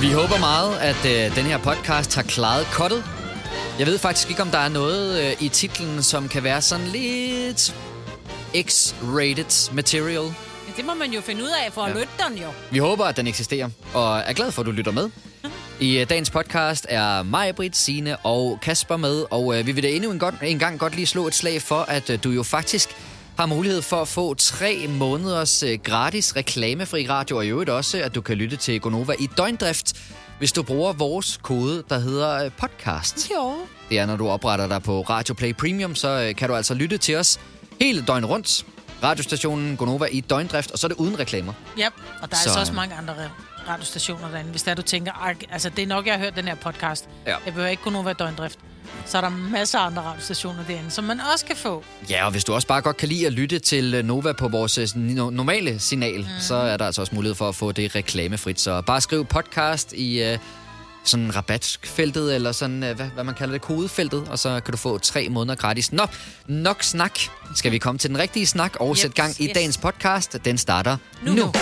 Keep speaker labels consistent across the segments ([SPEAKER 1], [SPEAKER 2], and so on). [SPEAKER 1] Vi håber meget, at øh, den her podcast har klaret kottet. Jeg ved faktisk ikke, om der er noget øh, i titlen, som kan være sådan lidt X-rated material.
[SPEAKER 2] Men det må man jo finde ud af for at
[SPEAKER 1] Ja.
[SPEAKER 2] lytte den jo.
[SPEAKER 1] Vi håber, at den eksisterer, og er glad for, at du lytter med. I øh, dagens podcast er mig, Britt, Signe og Kasper med, og øh, vi vil da endnu en, godt, en gang godt lige slå et slag for, at øh, du jo faktisk har mulighed for at få tre måneders øh, gratis reklamefri radio, og i øvrigt også, at du kan lytte til Gonova i døgndrift, hvis du bruger vores kode, der hedder øh, podcast.
[SPEAKER 2] Jo.
[SPEAKER 1] Det er, når du opretter dig på Radio Play Premium, så øh, kan du altså lytte til os hele døgnet rundt. Radiostationen Gonova i døgndrift, og så er det uden reklamer.
[SPEAKER 2] Ja, og der er
[SPEAKER 1] Så,
[SPEAKER 2] så, altså også
[SPEAKER 1] øh,
[SPEAKER 2] mange andre radiostationer derinde. Hvis der du tænker, "Ej, altså det er nok, jeg har hørt den her podcast.
[SPEAKER 1] Ja.
[SPEAKER 2] Jeg behøver ikke kun over døgndrift. Så er der masser af andre radiostationer derinde, som man også kan få.
[SPEAKER 1] Ja, og hvis du også bare godt kan lide at lytte til øh, Nova på vores øh, sådan no- normale signal, mm. så er der altså også mulighed for at få det reklamefrit. Så bare skriv podcast i øh, sådan rabatfeltet, eller sådan, øh, hvad, hvad man kalder det, kodefeltet, og så kan du få tre måneder gratis. Nå, nok snak. Skal vi komme til den rigtige snak og
[SPEAKER 2] Yep,
[SPEAKER 1] yep, sætte gang i
[SPEAKER 2] yes.
[SPEAKER 1] yes. dagens podcast? Den starter nu.
[SPEAKER 2] Nu.
[SPEAKER 1] nu.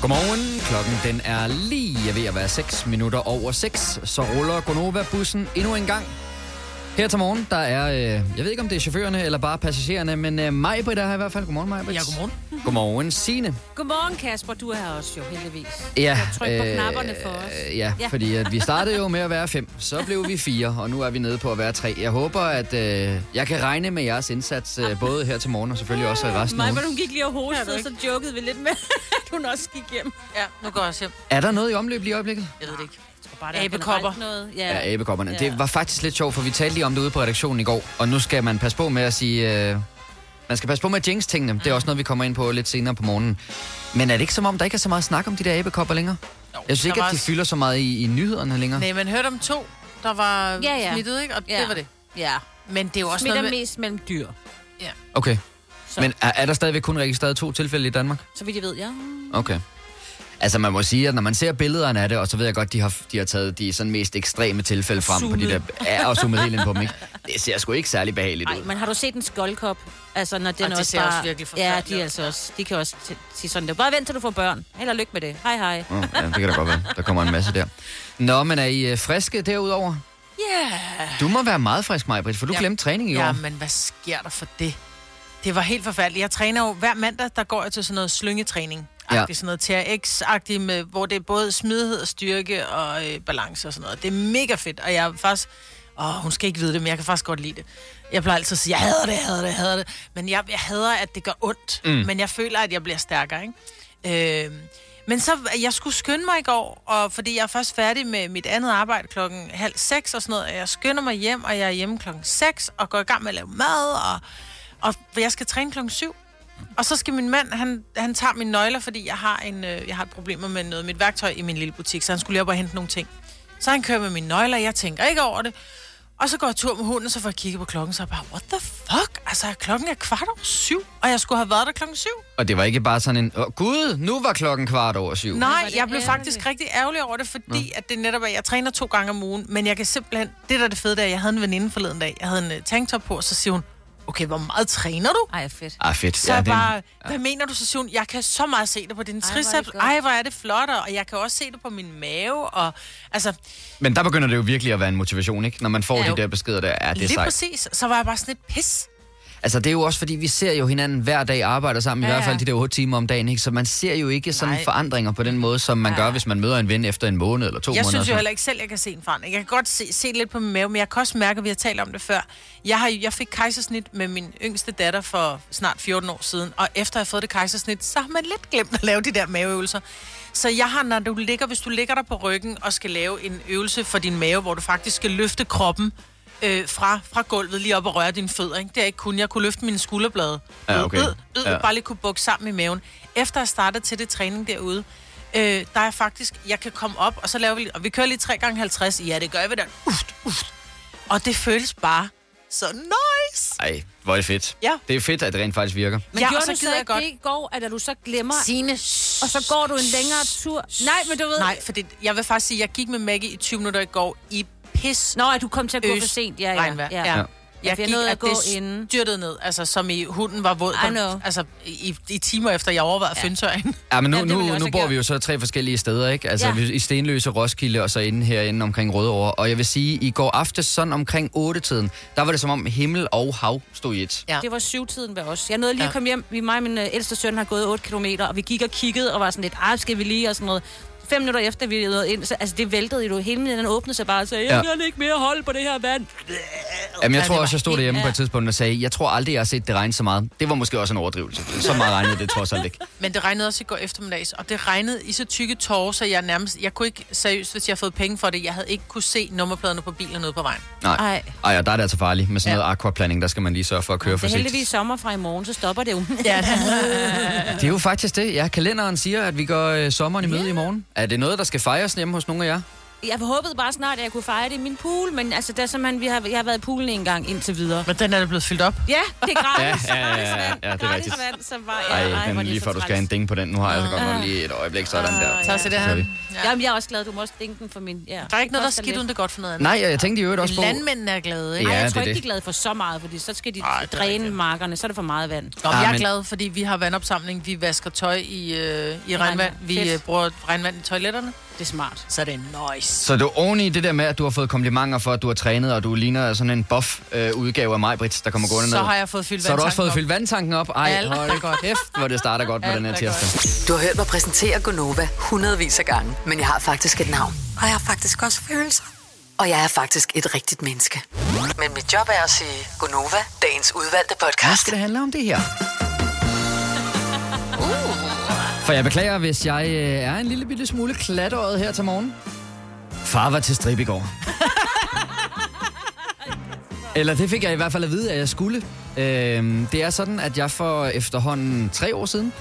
[SPEAKER 1] Godmorgen. Klokken den er lige ved at være 6 minutter over 6, så ruller Gonova-bussen endnu en gang. Her til morgen, der er, øh, jeg ved ikke om det er chaufførerne eller bare passagererne, men øh, Majbrit er her i hvert fald. Godmorgen, Majbrit.
[SPEAKER 2] Ja, godmorgen.
[SPEAKER 1] Godmorgen, Signe.
[SPEAKER 3] Godmorgen, Kasper. Du er her også jo, heldigvis.
[SPEAKER 1] Ja,
[SPEAKER 3] tryk på knapperne for os.
[SPEAKER 1] øh, Ja, ja,
[SPEAKER 3] Ja.
[SPEAKER 1] fordi at vi startede jo med at være fem, så blev vi fire, og nu er vi nede på at være tre. Jeg håber, at øh, jeg kan regne med jeres indsats, øh, både her til morgen og selvfølgelig også i resten af
[SPEAKER 3] Mig,
[SPEAKER 1] ugen.
[SPEAKER 3] hun gik lige og hostede,
[SPEAKER 2] ikke?
[SPEAKER 3] så jokede vi lidt med, at hun også gik hjem.
[SPEAKER 2] Ja, nu går jeg også hjem.
[SPEAKER 1] Er der noget i omløb lige i øjeblikket?
[SPEAKER 2] Jeg ved det ikke. Jeg tror bare, det er
[SPEAKER 3] Abekopper.
[SPEAKER 2] generelt.
[SPEAKER 3] Noget. Ja.
[SPEAKER 1] Ja, æbekopperne. Ja.
[SPEAKER 3] Ja.
[SPEAKER 1] Det var faktisk lidt sjovt, for vi talte lige om det ude på redaktionen i går, og nu skal man passe på med at sige... Øh, man skal passe på med at jinx tingene.
[SPEAKER 3] Mm.
[SPEAKER 1] Det er også noget, vi kommer ind på lidt senere på morgenen. Men er det ikke som om, der ikke er så meget snak om de der æbekopper længere? Jeg synes
[SPEAKER 2] der
[SPEAKER 1] ikke,
[SPEAKER 2] var
[SPEAKER 1] at de
[SPEAKER 2] også-
[SPEAKER 1] fylder så meget i, i nyhederne længere.
[SPEAKER 2] Nej, man hørte om to, der var
[SPEAKER 3] Ja, ja.
[SPEAKER 2] smittet, ikke? Og
[SPEAKER 3] ja.
[SPEAKER 2] det var det.
[SPEAKER 3] Ja.
[SPEAKER 2] Men det er jo også
[SPEAKER 3] Smitter
[SPEAKER 2] noget med...
[SPEAKER 3] mest mellem dyr,
[SPEAKER 1] Okay.
[SPEAKER 3] Så.
[SPEAKER 1] Men er, er der stadigvæk kun registreret to tilfælde i Danmark?
[SPEAKER 3] så vidt jeg ved, ja.
[SPEAKER 1] Okay. Altså man må sige, at når man ser billederne af det, og så ved jeg godt, de har, de har taget de sådan mest ekstreme tilfælde frem på de der...
[SPEAKER 3] zoomet.
[SPEAKER 1] Ja, og zoomet helt ind på dem, ikke? Det ser sgu ikke særlig behageligt ud.
[SPEAKER 3] Nej, men har du set en skoldkop? Altså, når den
[SPEAKER 2] Ej, det
[SPEAKER 3] også
[SPEAKER 2] ser
[SPEAKER 3] bare...
[SPEAKER 2] også virkelig
[SPEAKER 3] ja,
[SPEAKER 2] forfærdeligt
[SPEAKER 3] de, er
[SPEAKER 2] ud.
[SPEAKER 3] altså også, de kan også t- sige sådan der. Bare vent, til du får børn. Held og lykke med det. Hej, hej.
[SPEAKER 1] Oh, ja, det kan da godt være. Der kommer en masse der. Nå, men er I øh, friske derudover?
[SPEAKER 2] Ja.
[SPEAKER 1] Du må være meget frisk, Majbrit, for du
[SPEAKER 2] Ja.
[SPEAKER 1] glemte træning i år.
[SPEAKER 2] Ja, men hvad sker der for det? Det var helt forfærdeligt. Jeg træner jo hver mandag, der går jeg til sådan noget slyngetræning. Ja.
[SPEAKER 1] Ja.
[SPEAKER 2] Sådan noget TRX-agtigt, med, hvor det er både smidighed, styrke og øh, balance og sådan noget. Det er mega fedt, og jeg er faktisk... Åh, hun skal ikke vide det, men jeg kan faktisk godt lide det. Jeg plejer altid at sige, jeg hader det, jeg hader det, jeg hader det. Men jeg, jeg hader, at det gør ondt. Mm. Men jeg føler, at jeg bliver stærkere, ikke? Øh, men så, jeg skulle skynde mig i går, og fordi jeg er først færdig med mit andet arbejde klokken halv seks og sådan noget, og jeg skynder mig hjem, og jeg er hjemme klokken seks, og går i gang med at lave mad, og, og jeg skal træne klokken syv. Og så skal min mand, han, han tager mine nøgler, fordi jeg har, en, øh, jeg har et problem med noget af mit værktøj i min lille butik, så han skulle lige op og hente nogle ting. Så han kører med mine nøgler, jeg tænker ikke over det. Og så går jeg tur med hunden, og så får jeg kigget på klokken, så er jeg bare, what the fuck? Altså, klokken er kvart over syv, og jeg skulle have været der klokken syv.
[SPEAKER 1] Og det var ikke bare sådan en, oh, gud, nu var klokken kvart over syv.
[SPEAKER 2] Nej,
[SPEAKER 3] det
[SPEAKER 2] jeg blev faktisk
[SPEAKER 3] ærgerligt.
[SPEAKER 2] rigtig ærgerlig over det, fordi at det netop er, jeg træner to gange om ugen, men jeg kan simpelthen, det der er det fede, der, jeg havde en veninde forleden dag, jeg havde en øh, tanktop på, og så siger hun, okay, hvor meget træner du?
[SPEAKER 3] Ej, fedt.
[SPEAKER 1] Ah, fedt.
[SPEAKER 2] Så ja,
[SPEAKER 1] det er en-
[SPEAKER 2] bare, hvad mener du så, Sion? Jeg kan så meget se det på din
[SPEAKER 3] hvor er det
[SPEAKER 2] triceps.
[SPEAKER 3] godt.
[SPEAKER 2] Ej, hvor er det flot, og jeg kan også se det på min mave. Og, altså,
[SPEAKER 1] Men der begynder det jo virkelig at være en motivation, ikke? Når man får
[SPEAKER 3] Ja,
[SPEAKER 1] ja,
[SPEAKER 3] jo.
[SPEAKER 1] de der beskeder der, ja, det er
[SPEAKER 2] lige
[SPEAKER 1] sejt.
[SPEAKER 2] præcis, så var jeg bare sådan et pis.
[SPEAKER 1] Altså, det er jo også, fordi vi ser jo hinanden hver dag arbejder sammen, ja, i
[SPEAKER 2] Ja,
[SPEAKER 1] hvert fald
[SPEAKER 2] ja.
[SPEAKER 1] de der otte timer om dagen, ikke? Så man ser jo ikke sådan Nej.
[SPEAKER 2] Nej.
[SPEAKER 1] forandringer på den måde, som man gør, hvis man møder en ven efter en måned eller to
[SPEAKER 2] Jeg
[SPEAKER 1] måneder.
[SPEAKER 2] synes jo
[SPEAKER 1] så.
[SPEAKER 2] heller ikke selv, jeg kan se en forandring. Jeg kan godt se, se lidt på min mave, men jeg kan også mærke, at vi har talt om det før. Jeg, har, jo- jeg fik kejsersnit med min yngste datter for snart 14 år siden, og efter jeg har fået det kejsersnit, så har man lidt glemt at lave de der maveøvelser. Så jeg har, når du ligger, hvis du ligger der på ryggen og skal lave en øvelse for din mave, hvor du faktisk skal løfte kroppen øh, fra, fra gulvet lige op og røre dine fødder. Ikke? Det er ikke kun, jeg kunne løfte mine skulderblade.
[SPEAKER 1] Ja, okay.
[SPEAKER 2] Øh, øh,
[SPEAKER 1] Ja.
[SPEAKER 2] ja. Bare lige kunne bukke sammen i maven. Efter jeg startede til det træning derude, øh, der er faktisk, jeg kan komme op, og så laver vi, og vi kører lige 3 gange 50 Ja, det gør vi da. Uft, uft. Og det føles bare så nice.
[SPEAKER 1] Ej, hvor er det fedt.
[SPEAKER 2] Ja.
[SPEAKER 1] Det er fedt, at det rent faktisk virker.
[SPEAKER 3] Men
[SPEAKER 2] Ja,
[SPEAKER 3] ja,
[SPEAKER 2] og
[SPEAKER 3] gjorde
[SPEAKER 2] så
[SPEAKER 3] du så
[SPEAKER 2] gider jeg
[SPEAKER 3] ikke
[SPEAKER 2] godt-
[SPEAKER 3] det i går, at du så glemmer,
[SPEAKER 2] Sine.
[SPEAKER 3] og så går du en længere tur? Nej, men du ved...
[SPEAKER 2] Nej, for det, jeg vil faktisk sige, jeg gik med Maggie i 20 minutter i går i pis.
[SPEAKER 3] Nå, at du kom til at gå
[SPEAKER 2] Øs.
[SPEAKER 3] for sent. Ja, ja,
[SPEAKER 2] Regnvejr.
[SPEAKER 3] ja.
[SPEAKER 2] Ja.
[SPEAKER 3] ja.
[SPEAKER 2] Jeg
[SPEAKER 3] bliver
[SPEAKER 2] gik,
[SPEAKER 3] nødt
[SPEAKER 2] at,
[SPEAKER 3] at gå
[SPEAKER 2] det
[SPEAKER 3] inden.
[SPEAKER 2] styrtede ned, altså som i hunden var våd.
[SPEAKER 3] I know.
[SPEAKER 2] Altså i, i timer efter, jeg overvejede ja. føntøjen.
[SPEAKER 1] Ja, men nu,
[SPEAKER 3] Ja, det
[SPEAKER 1] ja,
[SPEAKER 3] ville jeg
[SPEAKER 1] nu,
[SPEAKER 3] også
[SPEAKER 1] nu
[SPEAKER 3] have
[SPEAKER 1] bor
[SPEAKER 3] gjort.
[SPEAKER 1] vi jo så tre forskellige steder, ikke? Altså
[SPEAKER 3] Ja.
[SPEAKER 1] ja. i Stenløse, Roskilde og så inde herinde omkring Rødovre. Og jeg vil sige, i går aftes, sådan omkring 8-tiden, der var det som om himmel og hav stod i et.
[SPEAKER 2] Ja.
[SPEAKER 3] Det var syvtiden ved os. Jeg nåede lige
[SPEAKER 2] Ja.
[SPEAKER 3] at komme hjem. Vi, mig og min øh, ældste søn har gået 8 km, og vi gik og kiggede og var sådan lidt, ah, skal vi lige og sådan noget. Fem minutter efter, vi nåede ind, så, altså det væltede jo. Hele den åbnede sig bare og sagde, jeg
[SPEAKER 1] Ja.
[SPEAKER 3] kan ikke mere holde på det her vand.
[SPEAKER 1] Jamen, jeg
[SPEAKER 2] Ja,
[SPEAKER 1] tror
[SPEAKER 2] det var
[SPEAKER 1] også, jeg stod
[SPEAKER 3] helt-
[SPEAKER 1] derhjemme på
[SPEAKER 3] ja.
[SPEAKER 1] et tidspunkt og sagde, jeg tror aldrig, jeg har set det regne så meget. Det var måske også en overdrivelse. Så meget regnede det trods alt ikke.
[SPEAKER 2] Men det regnede også i går eftermiddags, og det regnede i så tykke tårer, så jeg nærmest... Jeg kunne ikke, seriøst, hvis jeg havde fået penge for det, jeg havde ikke kunne se nummerpladerne på bilen ude på vejen.
[SPEAKER 1] Nej.
[SPEAKER 3] Ej.
[SPEAKER 1] Ej. Ej, og der er det altså farligt. Med sådan
[SPEAKER 2] Ja.
[SPEAKER 1] noget aquaplaning, der skal man lige sørge for at køre
[SPEAKER 3] Det er heldigvis
[SPEAKER 1] forsigtigt.
[SPEAKER 3] sommer fra i morgen, så stopper det jo.
[SPEAKER 2] Ja,
[SPEAKER 1] Det er jo faktisk det. Ja, kalenderen siger, at vi går øh, sommeren i møde i morgen. Er det noget, der skal fejres hjemme hos nogle af jer?
[SPEAKER 3] Jeg håbede bare snart, at jeg kunne fejre det i min pool, men altså, der er simpelthen, vi har, jeg har været i poolen en gang indtil videre.
[SPEAKER 2] men den er da blevet fyldt op.
[SPEAKER 3] Ja, det er gratis.
[SPEAKER 1] Ja, ja, ja, ja, ja,
[SPEAKER 3] Gratis vand,
[SPEAKER 1] ja, det er
[SPEAKER 3] gratis
[SPEAKER 1] rigtigt.
[SPEAKER 3] Vand, så var,
[SPEAKER 1] Ej,
[SPEAKER 3] hvor er
[SPEAKER 1] den
[SPEAKER 3] det
[SPEAKER 1] lige
[SPEAKER 3] så
[SPEAKER 1] før du skal have
[SPEAKER 3] træls. Ah.
[SPEAKER 1] en ding på den. Nu har jeg altså godt nok lige et øjeblik sådan der.
[SPEAKER 2] Tak til det her.
[SPEAKER 1] Sorry.
[SPEAKER 2] Ja.
[SPEAKER 3] Jamen, jeg har også glad, du må også dænke den for min... Ja.
[SPEAKER 2] Der er ikke noget, der er
[SPEAKER 3] Koster
[SPEAKER 2] skidt
[SPEAKER 3] lidt.
[SPEAKER 2] uden det er godt for noget andet.
[SPEAKER 1] Nej, og jeg tænkte i øvrigt også på...
[SPEAKER 2] Landmændene er glade, ikke?
[SPEAKER 3] Ej,
[SPEAKER 1] Ja,
[SPEAKER 3] jeg
[SPEAKER 1] det
[SPEAKER 3] tror
[SPEAKER 1] er
[SPEAKER 3] ikke, de
[SPEAKER 1] det.
[SPEAKER 3] er glade for så meget, fordi så skal de
[SPEAKER 2] Ej,
[SPEAKER 3] Ej,
[SPEAKER 2] det er
[SPEAKER 3] dræne
[SPEAKER 2] rigtigt.
[SPEAKER 3] markerne, så er det for meget vand.
[SPEAKER 2] Nå, men
[SPEAKER 1] Ah,
[SPEAKER 2] jeg er
[SPEAKER 1] men-
[SPEAKER 2] glad, fordi vi har vandopsamling. Vi vasker tøj i, øh, i regnvand.
[SPEAKER 3] regnvand.
[SPEAKER 2] Vi
[SPEAKER 3] Fedt.
[SPEAKER 2] øh, bruger regnvand i toiletterne.
[SPEAKER 3] Det er smart.
[SPEAKER 2] Så er det nice.
[SPEAKER 1] Så du er oven i det der med, at du har fået komplimenter for, at du har trænet, og du ligner sådan en buff-udgave af mig, Britt, der kommer gående ned.
[SPEAKER 2] Så har jeg fået fyldt
[SPEAKER 1] så har du også fået
[SPEAKER 2] vandtanken
[SPEAKER 1] fyldt vandtanken op. Ej,
[SPEAKER 2] Alt er
[SPEAKER 1] hold da
[SPEAKER 2] godt.
[SPEAKER 1] godt. Kæft, hvor det starter godt med
[SPEAKER 2] Alt
[SPEAKER 1] den her
[SPEAKER 2] er
[SPEAKER 1] tirsdag.
[SPEAKER 4] Du har hørt mig præsentere Gonova hundredvis af gange, men jeg har faktisk et navn. Og jeg har faktisk også følelser. Og jeg er faktisk et rigtigt menneske. Men mit job er at sige Gonova, dagens udvalgte
[SPEAKER 1] Nu
[SPEAKER 4] podcast.
[SPEAKER 1] skal det handle om det her. For jeg beklager, hvis jeg øh, er en lille bitte smule klatret her til morgen. Far var til strip i går. Eller det fik jeg i hvert fald at vide, at jeg skulle. Øhm, det er sådan, at jeg for efterhånden tre år siden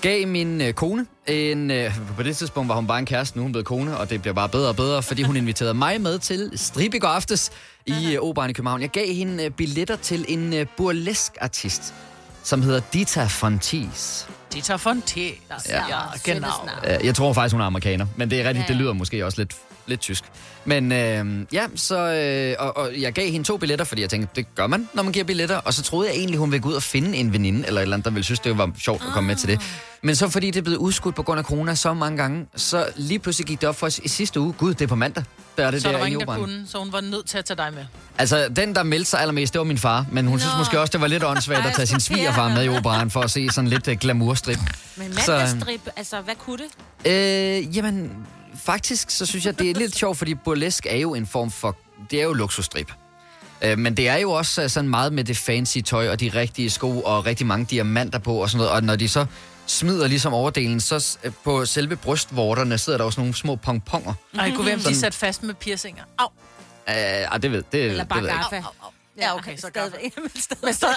[SPEAKER 1] gav min øh, kone en... Øh, på det tidspunkt var hun bare en kæreste, nu er hun blevet kone, og det bliver bare bedre og bedre, fordi hun inviterede mig med til strip i går aftes i øh, Operen i København. Jeg gav hende øh, billetter til en øh, burlesque-artist, som hedder Dita Fontis.
[SPEAKER 2] op. De tager for en te.
[SPEAKER 1] Ja.
[SPEAKER 2] ja genau.
[SPEAKER 1] Øh, Jeg tror faktisk, hun er amerikaner, men det er rigtigt,
[SPEAKER 3] Ja,
[SPEAKER 1] ja.
[SPEAKER 3] ja.
[SPEAKER 1] det lyder måske også lidt, lidt tysk. Men øh, ja, så... Øh, og, og jeg gav hende to billetter, fordi jeg tænkte, det gør man, når man giver billetter. Og så troede jeg egentlig, hun ville gå ud og finde en veninde, eller et eller andet, der ville synes, det var sjovt at komme med til det. Men så fordi det er blevet udskudt på grund af corona så mange gange, så lige pludselig gik det op for os i sidste uge. Gud, det er på mandag. Der er det
[SPEAKER 2] Så der
[SPEAKER 1] der
[SPEAKER 2] var
[SPEAKER 1] i
[SPEAKER 2] ingen, der
[SPEAKER 1] Operaen.
[SPEAKER 2] kunne, så hun var nødt til at tage dig med.
[SPEAKER 1] Altså, den, der meldte sig allermest, det var min far. Men hun Nå. synes måske også, det var lidt åndssvagt
[SPEAKER 3] Ej,
[SPEAKER 1] at tage sin svigerfar med i operaen for at se sådan lidt uh, glamourstrip.
[SPEAKER 3] Men
[SPEAKER 1] Så- øhm,
[SPEAKER 3] mandagsdrip, altså, hvad kunne det?
[SPEAKER 1] Øh, jamen, faktisk, så synes jeg, det er lidt sjovt, fordi burlesk er jo en form for... Det er jo luksusstrip. Øh, men det er jo også øh, sådan meget med det fancy tøj og de rigtige sko og rigtig mange diamanter på og sådan noget. Og når de så smider ligesom overdelen, så s- øh, på selve brystvorterne sidder der også nogle små pongponger.
[SPEAKER 2] Nej, kunne være, om de
[SPEAKER 1] Sådan-
[SPEAKER 2] sat fast med piercinger. Au.
[SPEAKER 1] Øh, ah, det ved, det,
[SPEAKER 3] Eller
[SPEAKER 1] det ved
[SPEAKER 3] bare
[SPEAKER 1] jeg ikke.
[SPEAKER 3] gaffa?
[SPEAKER 2] Ja, okay, så gaffa.
[SPEAKER 3] stadigvæk. Men stadigvæk.
[SPEAKER 2] Men stadig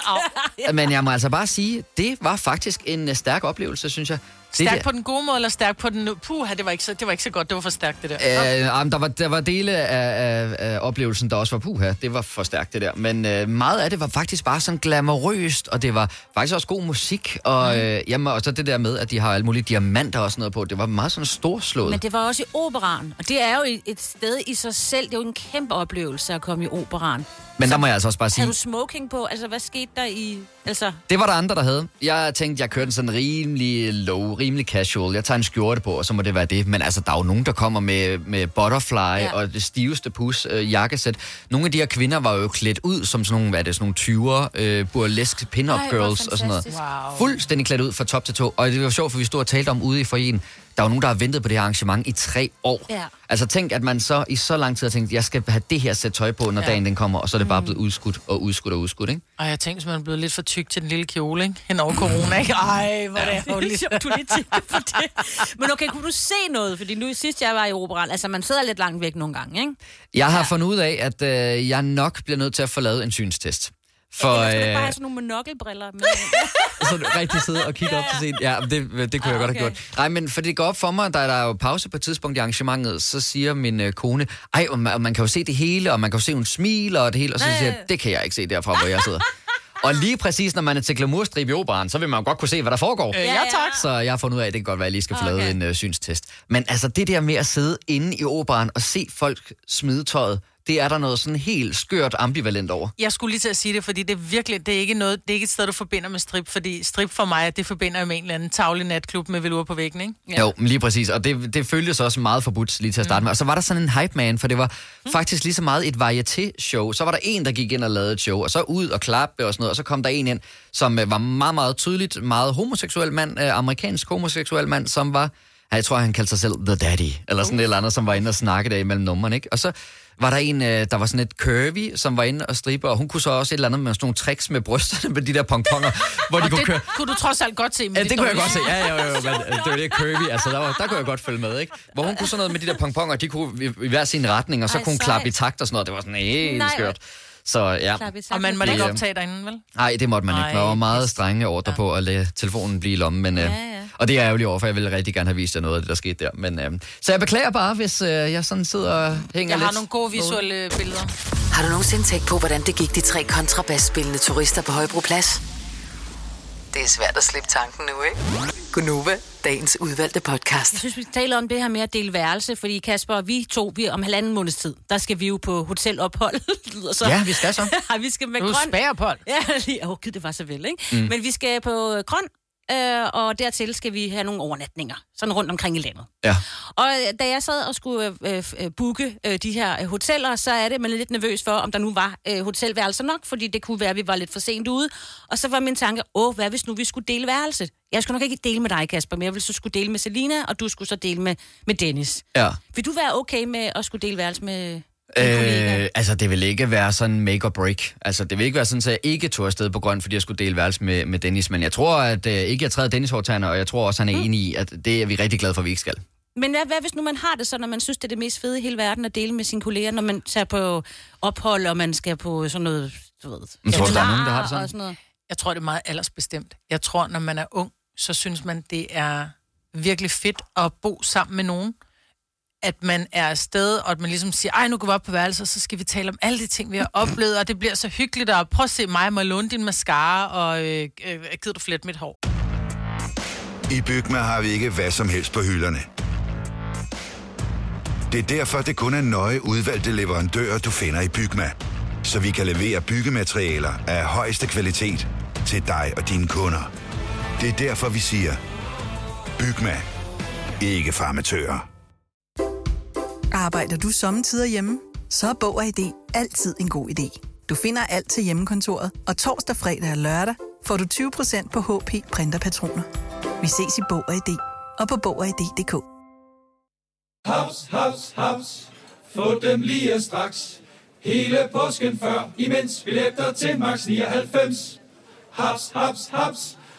[SPEAKER 2] au.
[SPEAKER 1] Men jeg må altså bare sige, det var faktisk en øh, stærk oplevelse, synes jeg. det,
[SPEAKER 2] Stærk på den gode måde, eller stærk på den... Puh, det var ikke så, det var ikke så godt. Det var for stærkt, det der.
[SPEAKER 1] Øh, ah, der, var, der var dele af, af, af oplevelsen, der også var puha. Det var for stærkt, det der. Men øh, meget af det var faktisk bare sådan glamourøst, og det var faktisk også god musik.
[SPEAKER 3] Mm.
[SPEAKER 1] Og, øh, jamen, og så det der med, at de har alle mulige diamanter og sådan noget på. Det var meget sådan storslået.
[SPEAKER 3] Men
[SPEAKER 1] Det...
[SPEAKER 3] det var også i operan, og det er jo et- et sted i sig selv. Det er jo en kæmpe oplevelse at komme i operan.
[SPEAKER 1] Men der må jeg altså også bare
[SPEAKER 3] Havde
[SPEAKER 1] sige,
[SPEAKER 3] du smoking på? Altså, hvad skete der i... Altså,
[SPEAKER 1] det var der andre, der havde. Jeg tænkte, jeg kørte den sådan rimelig low, rimelig casual. Jeg tager en skjorte på, og så må det være det. Men altså, der er jo nogen, der kommer med, med butterfly
[SPEAKER 3] Ja.
[SPEAKER 1] ja. og det stiveste pus, øh, jakkesæt. Nogle af de her kvinder var jo klædt ud som sådan nogle, hvad er det, sådan nogle 20'er, øh, burleske pin-up
[SPEAKER 3] Ej, hvor
[SPEAKER 1] girls og sådan noget.
[SPEAKER 3] fantastisk.
[SPEAKER 2] Wow.
[SPEAKER 1] fuldstændig klædt ud fra top til tå. Og det var sjovt, for vi stod og talte om ude i forien. Der var nogen, der har ventet på det her arrangement i tre år.
[SPEAKER 3] Ja.
[SPEAKER 1] Altså tænk, at man så i så lang tid har tænkt, jeg skal have det her sæt tøj på, når
[SPEAKER 2] Ja.
[SPEAKER 1] ja. dagen den kommer, og så er
[SPEAKER 3] Mm.
[SPEAKER 1] det bare blevet udskudt og udskudt og udskudt, ikke?
[SPEAKER 2] Ej, jeg tænkte, at man er blevet lidt for tyk til den lille kjole, ikke? Hen over corona, ikke? Ej, hvor er det
[SPEAKER 3] Det er
[SPEAKER 2] ærgerligt.
[SPEAKER 3] sjovt, du lige tænker på det. Men okay, kunne du se noget? Fordi nu sidst jeg var i operan, altså man sidder lidt langt væk nogle gange, ikke?
[SPEAKER 1] Jeg har ja. fundet ud af, at øh, jeg nok bliver nødt til at få lavet en synstest. For
[SPEAKER 3] Ellers skal du bare
[SPEAKER 1] øh,
[SPEAKER 3] have sådan nogle monokkelbriller med.
[SPEAKER 1] så du rigtig sidde og kigge op til scenen. Ja, men det, det kunne
[SPEAKER 3] Ah,
[SPEAKER 1] jeg godt
[SPEAKER 3] okay.
[SPEAKER 1] have gjort. Nej, men for det går op for mig, da der er jo pause på et tidspunkt i arrangementet, så siger min øh, kone, ej, og man, og man kan jo se det hele, og man kan jo se, hun smiler og det hele, og så
[SPEAKER 3] Nej.
[SPEAKER 1] siger jeg, det kan jeg ikke se derfra, hvor jeg sidder. og lige præcis, når man er til glamourstrip i operaen, så vil man jo godt kunne se, hvad der foregår.
[SPEAKER 2] Øh, ja, tak.
[SPEAKER 1] Så jeg har fundet ud af, at det kan godt være, at jeg lige skal få lavet
[SPEAKER 3] Ah, Okay.
[SPEAKER 1] en øh, synstest. Men altså, det der med at sidde inde i operaen og se folk smide tøjet, det er der noget sådan helt skørt ambivalent over.
[SPEAKER 2] Jeg skulle lige til at sige det, fordi det er virkelig, det er ikke noget, det er ikke et sted, du forbinder med strip, fordi strip for mig, det forbinder jeg med en eller anden tavlig natklub med velure på væggen, ikke?
[SPEAKER 1] Ja. Jo, men lige præcis. Og det, det føltes også meget forbudt lige til at starte mm. med. Og så var der sådan en hype man, for det var mm. faktisk lige så meget et varieté-show. Så var der en, der gik ind og lavede et show, og så ud og klappe og sådan noget. Og så kom der en ind, som øh, var meget, meget tydeligt, meget homoseksuel mand, øh, amerikansk homoseksuel mand, som var, ja, jeg tror, han kaldte sig selv The Daddy, eller sådan et eller andet, som var inde og snakke der imellem numrene, ikke? Og så var der en, øh, der var sådan lidt curvy, som var inde og stribe, og hun kunne så også et eller andet med sådan nogle tricks med brysterne med de der pongponger, hvor de kunne køre...
[SPEAKER 2] Det kunne du trods alt godt se med
[SPEAKER 1] Ja,
[SPEAKER 2] dit
[SPEAKER 1] det kunne jeg
[SPEAKER 2] dårlige
[SPEAKER 1] godt se. Ja, ja, ja, ja men, øh, det var det curvy. Altså, der, var, der kunne jeg godt følge med, ikke? Hvor hun kunne sådan noget med de der pongponger, de kunne i, i hver sin retning, og så
[SPEAKER 3] Ej,
[SPEAKER 1] kunne hun
[SPEAKER 3] sejt.
[SPEAKER 1] klappe i takt og sådan noget. Det var sådan helt
[SPEAKER 3] Nej,
[SPEAKER 1] skørt. Så ja.
[SPEAKER 2] Og man må ikke
[SPEAKER 1] Ja.
[SPEAKER 2] optage derinde, vel?
[SPEAKER 1] Nej, det måtte man ikke. Man
[SPEAKER 2] Ej,
[SPEAKER 1] var meget
[SPEAKER 2] pis.
[SPEAKER 1] strenge ordre på at lade telefonen blive i lommen. Men, ja,
[SPEAKER 3] ja.
[SPEAKER 1] ja. Og det er jeg ærgerligt over, for jeg ville rigtig gerne have vist jer noget af det, der skete der. Men, øh, så jeg beklager bare, hvis øh, jeg sådan sidder og hænger
[SPEAKER 2] Jeg
[SPEAKER 1] lidt.
[SPEAKER 2] har nogle gode visuelle billeder.
[SPEAKER 4] Har du nogensinde tænkt på, hvordan det gik de tre kontrabasspillende turister på Højbroplads? Det er svært at slippe tanken nu, ikke? Gunova, dagens udvalgte podcast.
[SPEAKER 3] Jeg synes, vi taler om det her med at dele værelse, fordi Kasper og vi to, vi om halvanden måneds tid, der skal vi jo på hotelophold. Det lyder så.
[SPEAKER 1] Ja, vi skal så.
[SPEAKER 3] Ej, vi skal med
[SPEAKER 2] Du er
[SPEAKER 3] grøn.
[SPEAKER 2] spærrepold.
[SPEAKER 3] Ja, lige. Åh, oh, gud, det var så vel, ikke? Mm. Men vi skal på øh, grøn, øh, og dertil skal vi have nogle overnatninger, sådan rundt omkring i landet.
[SPEAKER 1] Ja.
[SPEAKER 3] Og øh, da jeg sad og skulle øh, øh, øh, booke øh, de her øh, hoteller, så er det, man er lidt nervøs for, om der nu var øh, hotelværelser nok, fordi det kunne være, at vi var lidt for sent ude. Og så var min tanke, åh, hvad hvis nu vi skulle dele værelset? Jeg skulle nok ikke dele med dig, Kasper, men jeg ville så skulle dele med Selina, og du skulle så dele med, med Dennis.
[SPEAKER 1] ja.
[SPEAKER 3] Vil du være okay med at skulle dele værelse med... kollega.
[SPEAKER 1] Øh, altså, det vil ikke være sådan make or break. Altså, det vil ikke være sådan, at jeg ikke tog afsted på grøn, fordi jeg skulle dele værelse med, med Dennis. Men jeg tror, at øh, ikke jeg træder Dennis hårdtagerne, og jeg tror også, han er mm. enig i, at det er vi rigtig glade for, at vi ikke skal.
[SPEAKER 3] Men hvad, hvad hvis nu man har det sådan, at man synes, det er det mest fede i hele verden at dele med sine kolleger, når man tager på ophold, og man skal på sådan noget, du ved...
[SPEAKER 1] Men tror du, der er nogen, der har det
[SPEAKER 3] og
[SPEAKER 1] sådan?
[SPEAKER 3] noget.
[SPEAKER 2] Jeg tror, det er meget aldersbestemt. Jeg tror, når man er ung, så synes man, det er virkelig fedt at bo sammen med nogen. At man er afsted, og at man ligesom siger, ej, nu går vi op på værelset, og så skal vi tale om alle de ting, vi har oplevet, og det bliver så hyggeligt, og prøv at se mig, må jeg låne din mascara, og øh, øh, gider du flet mit hår?
[SPEAKER 5] I Bygma har vi ikke hvad som helst på hylderne. Det er derfor, det kun er nøje udvalgte leverandører, du finder i Bygma. Så vi kan levere byggematerialer af højeste kvalitet til dig og dine kunder. Det er derfor, vi siger, Bygma. Ikke farmatører.
[SPEAKER 6] Arbejder du sommetider hjemme? Så er Bog og ID altid en god idé. Du finder alt til hjemmekontoret, og torsdag, fredag og lørdag får du 20% på HP Printerpatroner. Vi ses i Bog og ID og på Bog og ID.dk.
[SPEAKER 7] Haps, haps, haps. Få dem lige straks. Hele påsken før, imens billetter til max 99. Haps, haps, haps.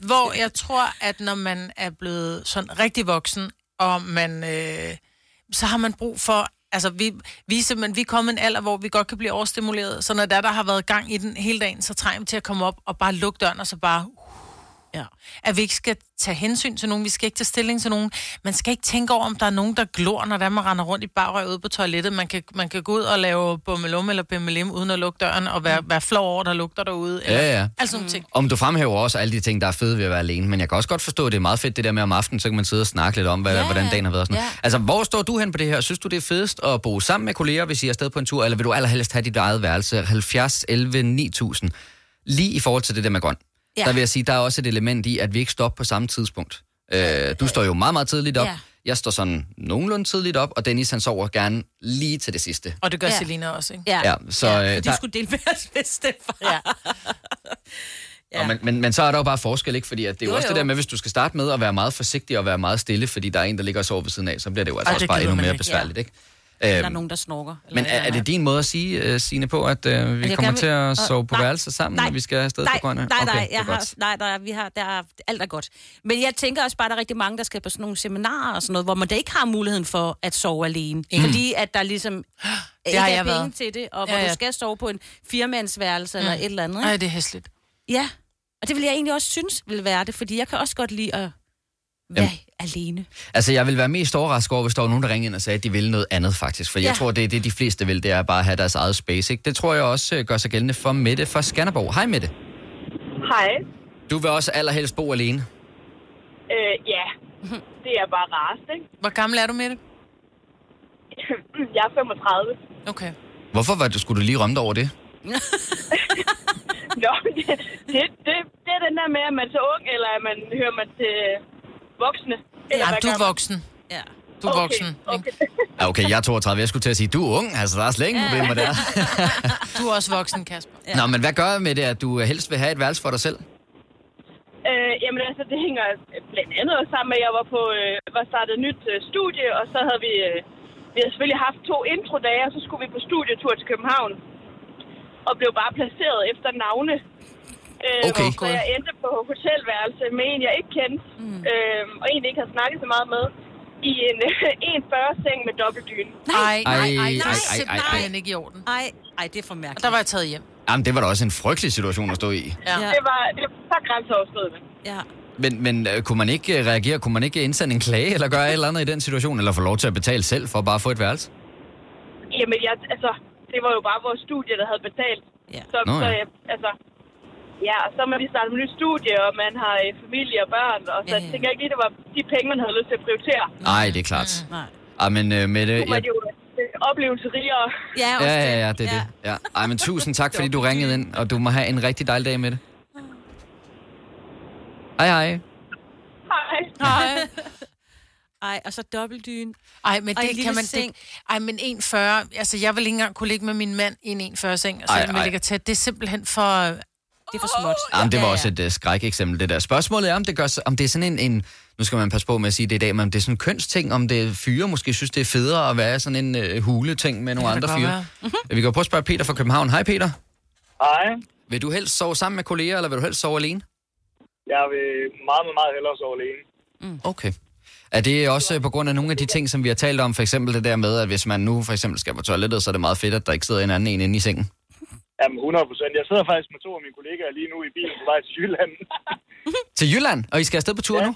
[SPEAKER 2] Hvor jeg tror, at når man er blevet sådan rigtig voksen, og man, øh, så har man brug for, altså vi, vi, er simpelthen, vi er kommet i en alder, hvor vi godt kan blive overstimuleret, så når der, der har været gang i den hele dagen, så trænger man til at komme op og bare lukke døren, og så bare
[SPEAKER 3] Ja.
[SPEAKER 2] at vi ikke skal tage hensyn til nogen, vi skal ikke tage stilling til nogen. Man skal ikke tænke over, om der er nogen, der glor, når der man render rundt i bagrøg ude på toilettet. Man kan, man kan gå ud og lave bummelum eller bimmelim uden at lukke døren, og være, være flov over, der lugter derude. Eller,
[SPEAKER 1] Ja, ja.
[SPEAKER 2] Altså nogle ting.
[SPEAKER 1] Om du fremhæver også alle de ting, der er fede ved at være alene, men jeg kan også godt forstå, at det er meget fedt det der med om aftenen, så kan man sidde og snakke lidt om, hvad,
[SPEAKER 3] Ja,
[SPEAKER 1] ja, hvordan dagen har været. og Sådan.
[SPEAKER 3] ja.
[SPEAKER 1] Ja. Altså, hvor står du hen på det her? Synes du, det er fedest at bo sammen med kolleger, hvis I er afsted på en tur, eller vil du allerhelst have dit eget værelse? 70, 11, 9000. Lige i forhold til det der med grøn,
[SPEAKER 3] Ja.
[SPEAKER 1] ja. der vil jeg sige, der er også et element i, at vi ikke står op på samme tidspunkt. Øh, du står jo meget, meget tidligt op.
[SPEAKER 3] Ja.
[SPEAKER 1] Ja. Jeg står sådan nogenlunde tidligt op, og Dennis han sover gerne lige til det sidste.
[SPEAKER 2] Og det gør
[SPEAKER 3] Ja.
[SPEAKER 2] ja. Selina også, ikke?
[SPEAKER 3] Ja,
[SPEAKER 1] Ja, så, øh,
[SPEAKER 3] for de
[SPEAKER 1] der-
[SPEAKER 3] skulle dele værelse med Stefan.
[SPEAKER 2] Ja.
[SPEAKER 1] Ja. Og men, men, men så er der jo bare forskel, ikke? Fordi at det er jo,
[SPEAKER 3] Jo,
[SPEAKER 1] jo også det
[SPEAKER 3] jo.
[SPEAKER 1] der med, hvis du skal starte med at være meget forsigtig og være meget stille, fordi der er en, der ligger og sover ved siden af, så bliver det jo altså
[SPEAKER 2] Ej,
[SPEAKER 1] også
[SPEAKER 2] det
[SPEAKER 1] bare
[SPEAKER 2] gider
[SPEAKER 1] endnu
[SPEAKER 2] man
[SPEAKER 1] mere
[SPEAKER 2] ikke,
[SPEAKER 1] besværligt, ikke?
[SPEAKER 3] Øhm,
[SPEAKER 1] Øhm,
[SPEAKER 3] eller nogen, der snorker. Eller
[SPEAKER 1] Men
[SPEAKER 3] et
[SPEAKER 1] er, er
[SPEAKER 3] eller Altså,
[SPEAKER 1] det din måde at sige, uh, Signe, på, at uh, vi
[SPEAKER 3] jeg
[SPEAKER 1] kommer
[SPEAKER 3] gerne
[SPEAKER 1] til
[SPEAKER 3] vil-
[SPEAKER 1] at
[SPEAKER 3] og-
[SPEAKER 1] sove på
[SPEAKER 3] nej,
[SPEAKER 1] værelser sammen,
[SPEAKER 3] nej,
[SPEAKER 1] når vi skal afsted
[SPEAKER 3] nej,
[SPEAKER 1] på Grønland?
[SPEAKER 3] Nej,
[SPEAKER 1] Okay,
[SPEAKER 3] nej,
[SPEAKER 1] det er
[SPEAKER 3] jeg har,
[SPEAKER 1] godt.
[SPEAKER 3] nej, der er, vi har, der er, alt er godt. Men jeg tænker også bare, at der er rigtig mange, der skal på sådan nogle seminarer og sådan noget, hvor man da ikke har muligheden for at sove alene. Mm.
[SPEAKER 1] Hmm.
[SPEAKER 3] Fordi at der ligesom ikke
[SPEAKER 2] har
[SPEAKER 3] er
[SPEAKER 2] jeg
[SPEAKER 3] penge
[SPEAKER 2] været.
[SPEAKER 3] til det, og
[SPEAKER 2] Ja,
[SPEAKER 3] hvor
[SPEAKER 2] ja.
[SPEAKER 3] du skal sove på en firmandsværelse
[SPEAKER 1] Hmm.
[SPEAKER 3] eller et eller andet.
[SPEAKER 2] Nej,
[SPEAKER 3] Ikke?
[SPEAKER 2] det er hæsligt.
[SPEAKER 3] Ja, og det vil jeg egentlig også synes vil være det, fordi jeg kan også godt lide at være
[SPEAKER 1] Jamen.
[SPEAKER 3] alene.
[SPEAKER 1] Altså, jeg vil være mest overrasket over, hvis der var nogen, der ringede ind og sagde, at de ville noget andet, faktisk. For ja.
[SPEAKER 3] Ja.
[SPEAKER 1] jeg tror, det er det, de fleste vil, det er bare at have deres eget space, ikke? Det tror jeg også øh, gør sig gældende for Mette fra Skanderborg. Hej, Mette.
[SPEAKER 8] Hej.
[SPEAKER 1] Du vil også allerhelst bo alene.
[SPEAKER 8] Øh, ja, det er bare rarest, ikke?
[SPEAKER 2] Hvor gammel er du med det?
[SPEAKER 8] Jeg er 35.
[SPEAKER 2] Okay.
[SPEAKER 1] Hvorfor var du, skulle du lige rømme dig over det?
[SPEAKER 8] Nå, det, det, det, det er den der med, at man er så ung, eller at man hører man til voksne. Eller
[SPEAKER 2] Nej,
[SPEAKER 8] hvad
[SPEAKER 2] du
[SPEAKER 8] gør
[SPEAKER 2] er
[SPEAKER 8] man?
[SPEAKER 2] voksen.
[SPEAKER 3] Ja.
[SPEAKER 2] Du er
[SPEAKER 8] Okay,
[SPEAKER 2] voksen.
[SPEAKER 8] okay.
[SPEAKER 2] Ikke?
[SPEAKER 1] Ja, Ah, okay, jeg er 32. Jeg skulle til at sige, du er ung. Altså, der er slet ingen problemer der.
[SPEAKER 2] Du er også voksen, Kasper.
[SPEAKER 1] Ja. Nå, men hvad gør med det, at du øh, helst vil have et værelse for dig selv?
[SPEAKER 8] Øh, jamen altså, det hænger blandt andet også sammen med, at jeg var, på, øh, var startet et nyt øh, studie, og så havde vi, øh, vi havde selvfølgelig haft to introdage, og så skulle vi på studietur til København, og blev bare placeret efter navne. Øh,
[SPEAKER 1] Okay.
[SPEAKER 8] Så jeg endte på hotelværelse med en, jeg ikke kendte, mm. øh, og egentlig ikke havde snakket så meget med, i en, en 40-seng med dobbeltdyne.
[SPEAKER 2] Nej, nej, nej,
[SPEAKER 1] Ej,
[SPEAKER 2] nej, nej,
[SPEAKER 1] ej, ej, ej,
[SPEAKER 2] nej, nej, nej, ikke i orden.
[SPEAKER 3] Ej, ej, det er for
[SPEAKER 2] Og
[SPEAKER 3] mærkeligt.
[SPEAKER 2] der var jeg taget hjem.
[SPEAKER 1] Jamen, det var da også en frygtelig situation at stå i.
[SPEAKER 2] Ja.
[SPEAKER 3] Ja.
[SPEAKER 8] Det var, det var så grænseoverskridende.
[SPEAKER 3] Ja.
[SPEAKER 1] Men, men øh, kunne man ikke øh, reagere? Kunne man ikke indsende en klage eller gøre et eller andet i den situation? Eller få lov til at betale selv for at bare få et værelse?
[SPEAKER 8] Jamen, jeg, altså, det var jo bare vores studie, der havde betalt.
[SPEAKER 3] Ja.
[SPEAKER 8] Så,
[SPEAKER 1] Nå
[SPEAKER 8] Nå,
[SPEAKER 1] ja.
[SPEAKER 8] ja. så jeg, altså, ja, og så er man lige startet med nyt studie, og man har øh, familie og børn, og så
[SPEAKER 3] Ja,
[SPEAKER 8] ja,
[SPEAKER 3] ja.
[SPEAKER 8] ja. tænker jeg ikke lige, det var de penge, man havde lyst til at prioritere.
[SPEAKER 1] Nej, det er klart.
[SPEAKER 3] Nej.
[SPEAKER 1] Ej, men øh, Mette...
[SPEAKER 8] Nu var det jo øh, oplevelse rigere.
[SPEAKER 3] Ja, også
[SPEAKER 1] Ja, ja, ja, det er ja. det. Ja. Ej, men tusind tak, fordi du ringede ind, og du må have en rigtig dejlig dag med det. Hej, hej.
[SPEAKER 8] Hej.
[SPEAKER 2] Nej.
[SPEAKER 3] Ej, og så dobbeltdyne.
[SPEAKER 2] Ej, men
[SPEAKER 3] Og en
[SPEAKER 2] det
[SPEAKER 3] lille
[SPEAKER 2] kan man
[SPEAKER 3] seng.
[SPEAKER 2] ikke. Ej, men 1,40. Altså, jeg vil ikke engang kunne ligge med min mand i en 1,40-seng, og
[SPEAKER 1] Ej,
[SPEAKER 2] selvom vi
[SPEAKER 1] ej.
[SPEAKER 2] ligger tæt. Det er simpelthen for...
[SPEAKER 3] Det er for småt.
[SPEAKER 1] Jamen, det var
[SPEAKER 3] Ja, ja.
[SPEAKER 1] også et uh, skrækeksempel, det der. Spørgsmålet er, om det, gør, s- om det er sådan en, en... Nu skal man passe på med at sige det i dag, men om det er sådan en kønsting, om det er fyre måske synes, det er federe at være sådan en uh, huleting med nogle
[SPEAKER 2] kan da
[SPEAKER 1] andre
[SPEAKER 2] godt
[SPEAKER 1] fyre.
[SPEAKER 2] være.
[SPEAKER 1] Vi kan jo prøve at spørge Peter fra København. Hej, Peter.
[SPEAKER 9] Hej.
[SPEAKER 1] Vil du helst sove sammen med kolleger, eller vil du helst sove alene?
[SPEAKER 9] Jeg vil meget, meget, meget hellere sove alene.
[SPEAKER 1] Okay. Er det også øh, på grund af nogle af de ting, som vi har talt om, for eksempel det der med, at hvis man nu for eksempel skal på toilettet, så er det meget fedt, at der ikke sidder en anden en inde i sengen?
[SPEAKER 9] Jamen, 100 procent. Jeg sidder faktisk med to af mine kollegaer lige nu i bilen på vej til Jylland.
[SPEAKER 1] Til Jylland, og I skal afsted på tur nu?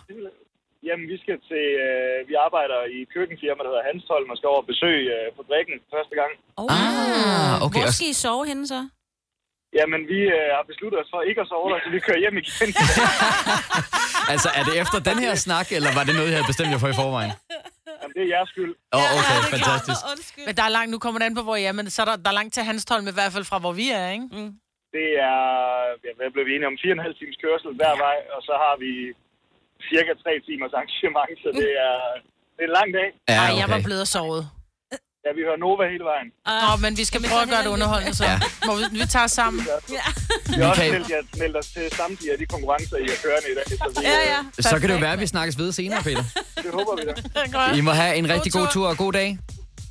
[SPEAKER 9] Jamen, vi skal til... Øh, vi arbejder i et køkkenfirma, der hedder Hanstholm, og skal over og besøge øh, fabrikken første gang.
[SPEAKER 3] Oh.
[SPEAKER 1] Ah, okay.
[SPEAKER 3] Hvor
[SPEAKER 1] Og-
[SPEAKER 3] skal I sove henne så?
[SPEAKER 9] Jamen, vi øh, har besluttet os for ikke at sove der, så vi kører hjem igen.
[SPEAKER 1] Altså, er det efter den her snak, eller var det noget, jeg havde bestemt jer for i forvejen?
[SPEAKER 9] Jamen, det er jeres skyld.
[SPEAKER 1] Åh, oh, okay, fantastisk.
[SPEAKER 3] Undskyld.
[SPEAKER 2] Men der er langt, nu kommer det an på, hvor I er, men så er der, der er langt til Hanstholm, i hvert fald fra, hvor vi er, ikke?
[SPEAKER 9] Det er... Ja, hvad blev vi enige om? 4,5 times kørsel hver vej, og så har vi cirka 3 timers arrangement, så det er, det er en lang dag.
[SPEAKER 1] Ja,
[SPEAKER 2] Ej, jeg var
[SPEAKER 1] okay.
[SPEAKER 2] blevet såret.
[SPEAKER 9] Ja, vi hører Nova hele vejen.
[SPEAKER 2] Nå, men vi Ah. skal prøve at gøre det underholdende, så.
[SPEAKER 1] Ja.
[SPEAKER 2] Må vi, vi tager os sammen.
[SPEAKER 9] Vi har også
[SPEAKER 1] Michael.
[SPEAKER 9] meldt, jer, meldt os til samtlige af de konkurrencer, I har kørende i dag, så vi,
[SPEAKER 3] Ja, ja.
[SPEAKER 1] Så kan det jo være, at vi snakkes ved senere, Peter.
[SPEAKER 9] øh, det håber vi da.
[SPEAKER 1] I må have en rigtig god
[SPEAKER 2] tur.
[SPEAKER 1] tur og god dag.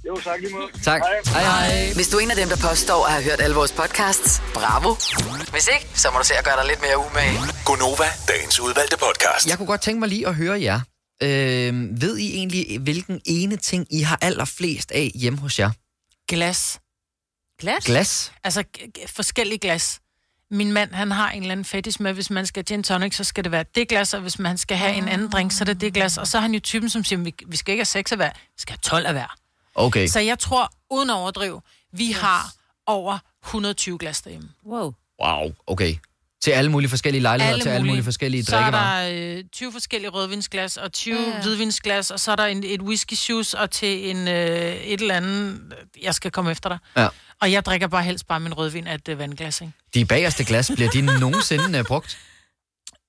[SPEAKER 9] Jo, tak lige måde.
[SPEAKER 1] Tak. Hej, hej.
[SPEAKER 4] Hvis du er en af dem, der påstår at have hørt alle vores podcasts, bravo. Hvis ikke, så må du se at gøre dig lidt mere umage.
[SPEAKER 10] Gonova, dagens udvalgte podcast.
[SPEAKER 1] Jeg kunne godt tænke mig lige at høre jer. Øh, ved I egentlig, hvilken ene ting, I har allerflest af hjemme hos jer?
[SPEAKER 2] Glas.
[SPEAKER 3] Glas?
[SPEAKER 1] Glas?
[SPEAKER 2] Altså, g- g- forskellige glas. Min mand, han har en eller anden fetish med, at hvis man skal have gin tonic, så skal det være det glas, og hvis man skal have en anden drink, så er det det glas. Og så er han jo typen, som siger, vi, vi skal ikke have seks af hver, vi skal have 12 af hver.
[SPEAKER 1] Okay.
[SPEAKER 2] Så jeg tror, uden at overdrive, vi yes. har over 120 glas derhjemme.
[SPEAKER 3] Wow.
[SPEAKER 1] Wow, okay. Til alle mulige forskellige lejligheder, alle til alle mulige forskellige
[SPEAKER 2] Så er
[SPEAKER 1] drikkevarer.
[SPEAKER 2] der øh, 20 forskellige rødvinsglas og 20 ja. hvidvinsglas, og så er der en, et whisky juice og til en, øh, et eller andet, jeg skal komme efter dig.
[SPEAKER 1] Ja.
[SPEAKER 2] Og jeg drikker bare helst bare min rødvin af et øh, vandglas, ikke?
[SPEAKER 1] De bagerste glas, bliver de nogensinde øh, brugt?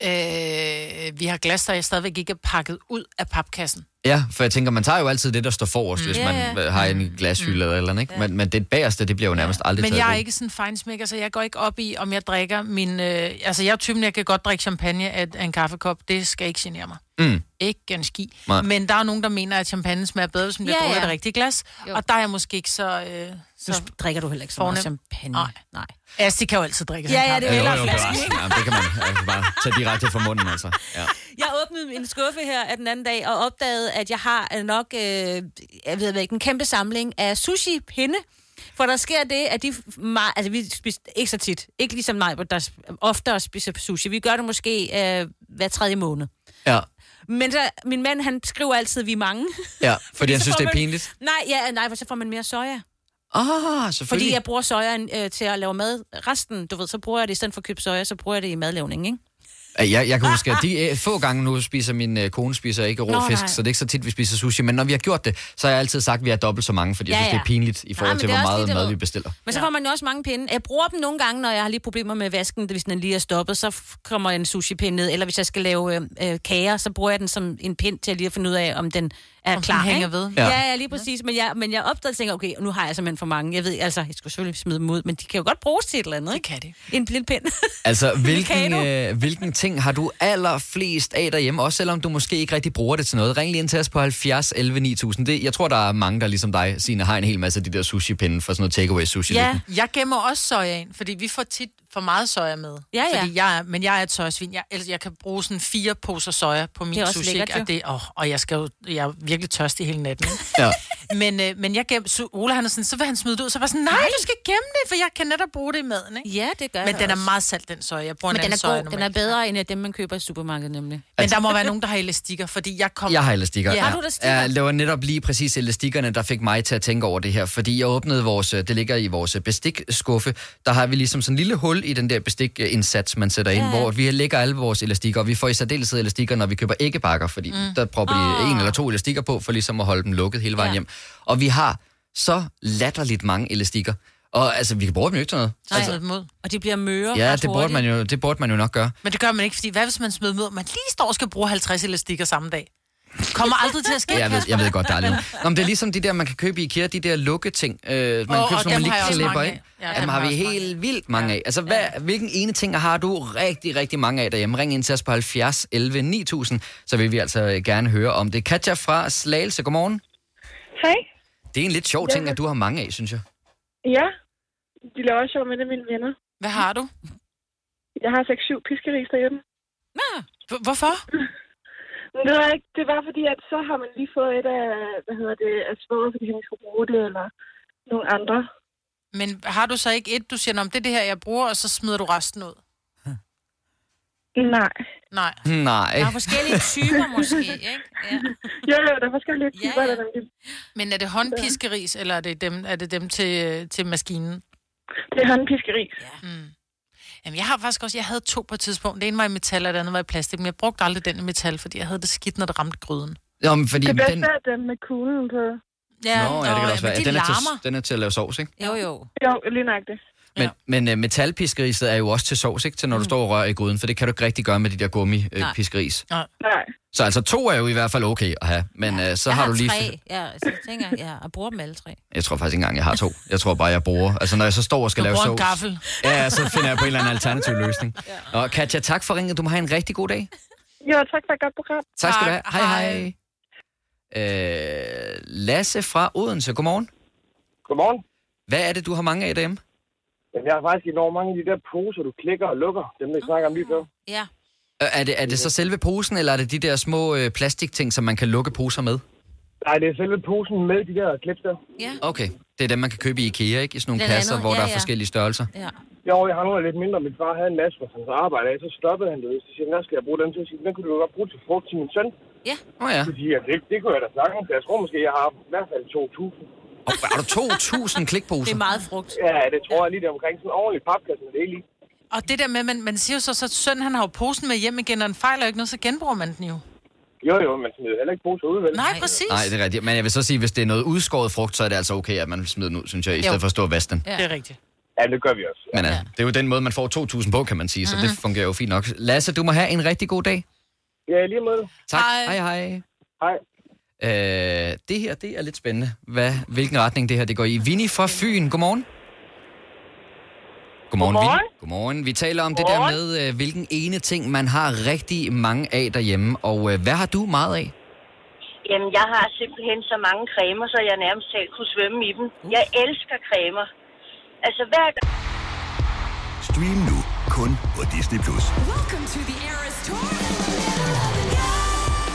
[SPEAKER 2] Øh, vi har glas, der jeg stadigvæk ikke er pakket ud af papkassen.
[SPEAKER 1] Ja, for jeg tænker, man tager jo altid det, der står forrest, mm. hvis
[SPEAKER 3] Ja,
[SPEAKER 1] man øh, har en glashylde eller et eller andet, ikke? Men, men det bagerste, det bliver jo nærmest aldrig
[SPEAKER 2] Men
[SPEAKER 1] taget
[SPEAKER 2] jeg er
[SPEAKER 1] ud.
[SPEAKER 2] ikke sådan en fejnsmækker, så jeg går ikke op i, om jeg drikker min... Øh, altså, jeg er typen, jeg kan godt drikke champagne af, af en kaffekop. Det skal ikke genere mig.
[SPEAKER 1] Mm.
[SPEAKER 2] Ikke en ski.
[SPEAKER 1] Nej.
[SPEAKER 2] Men der er nogen, der mener, at champagne smager bedre, hvis man bliver
[SPEAKER 3] Ja,
[SPEAKER 2] ja, drukket
[SPEAKER 3] ja.
[SPEAKER 2] af det rigtige glas. Jo. Og der er jeg måske ikke så... Øh, så
[SPEAKER 3] Nu drikker du heller ikke så meget champagne.
[SPEAKER 2] Nej.
[SPEAKER 3] Nej.
[SPEAKER 2] Altså, det kan jo altid drikke
[SPEAKER 3] Ja, ja, det er jo
[SPEAKER 2] jo
[SPEAKER 3] heller
[SPEAKER 1] jo,
[SPEAKER 3] flasken,
[SPEAKER 1] bevares.
[SPEAKER 3] ikke?
[SPEAKER 1] ja, det kan man altså, bare tage direkte fra munden, altså. Ja.
[SPEAKER 3] Jeg åbnede en skuffe her af den anden dag og opdagede, at jeg har øh, nok øh, jeg ved ikke, en kæmpe samling af sushi-pinde. For der sker det, at de... Meget, altså, vi spiser ikke så tit. Ikke ligesom mig, hvor der sp- oftere spiser sushi. Vi gør det måske øh, hver tredje måned.
[SPEAKER 1] Ja,
[SPEAKER 3] Men så, min mand, han skriver altid, at vi er mange.
[SPEAKER 1] ja fordi, fordi han
[SPEAKER 3] så
[SPEAKER 1] synes,
[SPEAKER 3] får
[SPEAKER 1] det er
[SPEAKER 3] man-
[SPEAKER 1] pinligt.
[SPEAKER 3] Nej, ja, nej, for så får man mere soja.
[SPEAKER 1] Ah, selvfølgelig.
[SPEAKER 3] Fordi jeg bruger sojaen øh, til at lave mad. Resten, du ved, så bruger jeg det i stedet for at købe soja, så bruger jeg det i madlavning, ikke?
[SPEAKER 1] Øh, Jeg, jeg kan huske, at de øh, få gange nu spiser min øh, kone spiser ikke rå
[SPEAKER 3] Nå,
[SPEAKER 1] fisk,
[SPEAKER 3] nej.
[SPEAKER 1] så det er ikke så tit, vi spiser sushi. Men når vi har gjort det, så har jeg altid sagt, at vi er dobbelt så mange, fordi ja,
[SPEAKER 3] Ja,
[SPEAKER 1] jeg synes, det
[SPEAKER 3] ja.
[SPEAKER 1] er pinligt i
[SPEAKER 3] Nej,
[SPEAKER 1] forhold
[SPEAKER 3] men
[SPEAKER 1] til,
[SPEAKER 3] det er
[SPEAKER 1] hvor
[SPEAKER 3] også
[SPEAKER 1] meget
[SPEAKER 3] det, du
[SPEAKER 1] mad
[SPEAKER 3] ved.
[SPEAKER 1] vi bestiller.
[SPEAKER 3] Men så får man jo også mange pinde. Jeg bruger dem nogle gange, når jeg har lige problemer med vasken, hvis den lige er stoppet, så f- kommer en sushi-pind ned. Eller hvis jeg skal lave øh, øh, kager, så bruger jeg den som en pind til at lige at finde ud af, om den er
[SPEAKER 2] den
[SPEAKER 3] klar.
[SPEAKER 2] hænger
[SPEAKER 3] ikke?
[SPEAKER 2] ved.
[SPEAKER 3] Ja.
[SPEAKER 2] Ja.
[SPEAKER 3] ja, ja, lige præcis. Men jeg, men jeg opdagede og tænker, okay, nu har jeg simpelthen for mange. Jeg ved, altså, jeg skulle selvfølgelig smide dem ud, men de kan jo godt bruges til et eller andet, ikke?
[SPEAKER 2] Det kan
[SPEAKER 3] det. En lille pind.
[SPEAKER 1] Altså, hvilken,
[SPEAKER 3] Mikado.
[SPEAKER 1] øh, hvilken ting har du allerflest af derhjemme, også selvom du måske ikke rigtig bruger det til noget? Ring lige ind til os på 70 11 9000. Det, jeg tror, der er mange, der ligesom dig, Signe, har en hel masse af de der sushi-pinde for sådan noget takeaway sushi.
[SPEAKER 2] Ja, jeg gemmer også soja ind, fordi vi får tit for meget soja med.
[SPEAKER 3] Ja, ja.
[SPEAKER 2] Fordi jeg er, men jeg er et sojasvin. Jeg, altså, jeg kan bruge sådan fire poser soja på min
[SPEAKER 3] Det er også
[SPEAKER 2] sushi,
[SPEAKER 3] lækkert,
[SPEAKER 2] ikke?
[SPEAKER 3] jo.
[SPEAKER 2] og, det, oh, og jeg, skal jo, jeg er virkelig tørstig hele natten. ikke?
[SPEAKER 1] Ja.
[SPEAKER 2] men, øh, men jeg gemmer, så Ola han er sådan, så vil han smide det ud, så var jeg sådan, nej,
[SPEAKER 3] Nej.
[SPEAKER 2] du skal gemme det, for jeg kan netop bruge det i maden, ikke?
[SPEAKER 3] Ja, det gør
[SPEAKER 2] Men
[SPEAKER 3] jeg
[SPEAKER 2] den er
[SPEAKER 3] også.
[SPEAKER 2] meget salt, den soja. Jeg bruger
[SPEAKER 3] men
[SPEAKER 2] en
[SPEAKER 3] den
[SPEAKER 2] anden
[SPEAKER 3] er
[SPEAKER 2] soja
[SPEAKER 3] god. Den er
[SPEAKER 2] normalt.
[SPEAKER 3] bedre end øh, dem, man køber i supermarkedet, nemlig.
[SPEAKER 1] Altså-
[SPEAKER 2] Men der må være nogen, der har elastikker, fordi jeg kommer...
[SPEAKER 1] Jeg har elastikker.
[SPEAKER 2] Ja.
[SPEAKER 1] ja.
[SPEAKER 2] Har du elastikker?
[SPEAKER 1] Ja, det var netop lige præcis elastikkerne, der fik mig til at tænke over det her. Fordi jeg åbnede vores, øh, det ligger i vores øh, bestikskuffe, der har vi ligesom sådan en lille hul i den der bestikindsats, man sætter ind,
[SPEAKER 11] Ja,
[SPEAKER 1] ja.
[SPEAKER 11] ja.
[SPEAKER 1] hvor vi lægger alle vores elastikker, og vi får i særdeleshed elastikker, når vi køber æggebakker, fordi mm.
[SPEAKER 11] Mm.
[SPEAKER 1] der propper de
[SPEAKER 11] Åh.
[SPEAKER 1] en eller to elastikker på, for ligesom at holde dem lukket hele vejen ja. hjem. Og vi har så latterligt mange elastikker. Og altså, vi kan bruge dem jo ikke til noget. altså,
[SPEAKER 2] mod.
[SPEAKER 3] Og de bliver møre
[SPEAKER 1] ja,
[SPEAKER 2] ret
[SPEAKER 1] det burde,
[SPEAKER 2] hurtigt.
[SPEAKER 1] man jo, det burde man jo nok gøre.
[SPEAKER 2] Men det gør man ikke, fordi hvad hvis man smider dem ud, og man lige står og skal bruge 50 elastikker samme dag? Kommer aldrig til at ske,
[SPEAKER 1] Jeg ved,
[SPEAKER 2] Kasper.
[SPEAKER 1] jeg ved godt, der er lidt. Nå, men det er ligesom de der, man kan købe i IKEA, de der lukketing. Øh, man kan købe
[SPEAKER 2] og
[SPEAKER 1] sådan
[SPEAKER 2] dem
[SPEAKER 1] nogle
[SPEAKER 2] har jeg
[SPEAKER 1] lige
[SPEAKER 2] også
[SPEAKER 1] klipper
[SPEAKER 2] mange
[SPEAKER 1] ind.
[SPEAKER 2] af. Ja,
[SPEAKER 1] Ja, dem
[SPEAKER 2] dem
[SPEAKER 1] har
[SPEAKER 2] har
[SPEAKER 1] vi
[SPEAKER 2] jeg også
[SPEAKER 1] helt vildt mange af. Altså, hvad, hvilken ene ting har du rigtig, rigtig mange af derhjemme? Ring ind til os på 70 11 9000, så vil vi altså gerne høre om det. Katja fra Slagelse, godmorgen.
[SPEAKER 12] Hej.
[SPEAKER 1] Det er en lidt sjov
[SPEAKER 12] Ja.
[SPEAKER 1] ting, at du har mange af, synes jeg.
[SPEAKER 12] Ja, de laver også sjov med det, mine venner.
[SPEAKER 2] Hvad har du?
[SPEAKER 12] Jeg har 6-7 piskeris derhjemme.
[SPEAKER 2] Nå, hvorfor?
[SPEAKER 12] Men det, var ikke, det var fordi, at så har man lige fået et af, hvad hedder det, af svoger, fordi han skulle bruge det, eller nogle andre.
[SPEAKER 2] Men har du så ikke et, du siger, om det er det her, jeg bruger, og så smider du resten ud?
[SPEAKER 12] Nej.
[SPEAKER 2] Nej.
[SPEAKER 1] Nej.
[SPEAKER 2] Der er forskellige typer måske, ikke?
[SPEAKER 3] Ja.
[SPEAKER 12] Jo, jo, der er forskellige typer. Ja, ja.
[SPEAKER 2] Men er det håndpiskeris, eller er det dem, er det dem til, til maskinen?
[SPEAKER 12] Det er håndpiskeris.
[SPEAKER 2] Ja. Mm. Jamen, jeg har faktisk også, jeg havde to på et tidspunkt. Det ene var i metal, og det andet var i plastik, men jeg brugte aldrig den i metal, fordi jeg havde det skidt, når det ramte gryden.
[SPEAKER 1] Nå, men fordi
[SPEAKER 12] det bedste
[SPEAKER 1] den...
[SPEAKER 12] er dem med kuglen på.
[SPEAKER 1] Nå, ja, det kan da også være. Ja, den, er til, den er til at lave sovs, ikke?
[SPEAKER 3] Jo, jo.
[SPEAKER 12] Jo, lige nøjagtigt.
[SPEAKER 1] Men, ja. men uh, metalpiskeriset er jo også til sovs, ikke? Til når du står og rører i gryden, for det kan du ikke rigtig gøre med de der
[SPEAKER 3] Nej.
[SPEAKER 1] gummi-piskeris.
[SPEAKER 2] Nej.
[SPEAKER 12] Nej.
[SPEAKER 1] Så altså to er jo i hvert fald okay at have, men ja, så
[SPEAKER 3] jeg
[SPEAKER 1] har, du lige...
[SPEAKER 3] tre. Ja, så tænker jeg, ja, og bruger dem alle tre.
[SPEAKER 1] Jeg tror faktisk ikke engang, jeg har to. Jeg tror bare, jeg bruger... Altså, når jeg så står og skal
[SPEAKER 3] Du
[SPEAKER 1] lave
[SPEAKER 3] bruger en
[SPEAKER 1] sovs...
[SPEAKER 3] gaffel.
[SPEAKER 1] Ja, så finder jeg på en eller anden alternativ løsning. Og Katja, tak for ringet. Du må have en rigtig god dag.
[SPEAKER 12] Jo, tak for et godt program.
[SPEAKER 1] Tak skal du have. Hej, hej. Øh, Lasse fra Odense, godmorgen.
[SPEAKER 13] Godmorgen.
[SPEAKER 1] Hvad er det, du har mange af derhjemme?
[SPEAKER 13] Jamen, jeg har faktisk enormt mange af de der poser, du klikker og lukker. Dem,
[SPEAKER 1] Ah.
[SPEAKER 13] der snakker om lige før.
[SPEAKER 3] Ja.
[SPEAKER 1] Øh, Er det, er det så selve posen, eller er det de der små øh, plastikting, som man kan lukke poser med?
[SPEAKER 13] Nej, det er selve posen med de der klips der.
[SPEAKER 3] Ja.
[SPEAKER 1] Okay, det er dem, man kan købe i IKEA, ikke? I sådan nogle
[SPEAKER 13] Blandt
[SPEAKER 1] kasser,
[SPEAKER 13] andet,
[SPEAKER 1] hvor
[SPEAKER 13] ja,
[SPEAKER 1] der er
[SPEAKER 13] ja.
[SPEAKER 1] forskellige størrelser.
[SPEAKER 3] Ja.
[SPEAKER 13] Jo, jeg har nogle af lidt mindre. Min far havde en masse, hvor han så arbejdede af. Så stoppede han det. Så siger han, hvad skal jeg bruge den til? Så siger, jeg, den kunne du jo godt bruge til frugt til min søn.
[SPEAKER 3] Ja.
[SPEAKER 1] Oh, ja.
[SPEAKER 13] Så siger jeg, det, det kunne jeg da snakke om. Jeg tror måske, jeg har i hvert fald 2.000.
[SPEAKER 1] Og er du 2.000 klikposer?
[SPEAKER 3] Det er meget frugt.
[SPEAKER 13] Ja, det tror jeg lige der omkring. Sådan en ordentlig papkasse med det hele i.
[SPEAKER 2] Og det der med, man, man siger jo så, så søn, han har jo posen med hjem igen, og den fejler jo ikke noget, så genbruger man den jo.
[SPEAKER 13] Jo, jo, man smider heller ikke poser ud, vel?
[SPEAKER 2] Nej, præcis.
[SPEAKER 1] Nej, det er rigtigt. Men jeg vil så sige, hvis det er noget udskåret frugt, så er det altså okay, at man smider den ud, synes jeg, i
[SPEAKER 2] Jo.
[SPEAKER 1] stedet for at stå og vaske den.
[SPEAKER 2] Ja. Det er rigtigt.
[SPEAKER 13] Ja, det gør vi også.
[SPEAKER 1] Men ja. det er jo den måde, man får 2.000 på, kan man sige, så mm-hmm. det fungerer jo fint nok. Lasse, du må have en rigtig god dag.
[SPEAKER 13] Ja, lige måde.
[SPEAKER 1] Tak. Hej, hej.
[SPEAKER 13] Hej.
[SPEAKER 1] Øh, det her, det er lidt spændende. Hvad, hvilken retning det her, det går i. Vinnie fra Fyn, godmorgen. Godmorgen,
[SPEAKER 11] Godmorgen.
[SPEAKER 1] Vi, godmorgen. Vi taler om Godmorgen. det der med, øh, hvilken ene ting, man har rigtig mange af derhjemme. Og øh, hvad har du meget af?
[SPEAKER 11] Jamen, jeg har simpelthen så mange cremer, så jeg nærmest selv kunne svømme i dem. Jeg elsker cremer. Altså, hver gang...
[SPEAKER 5] Stream nu kun på Disney+. Plus.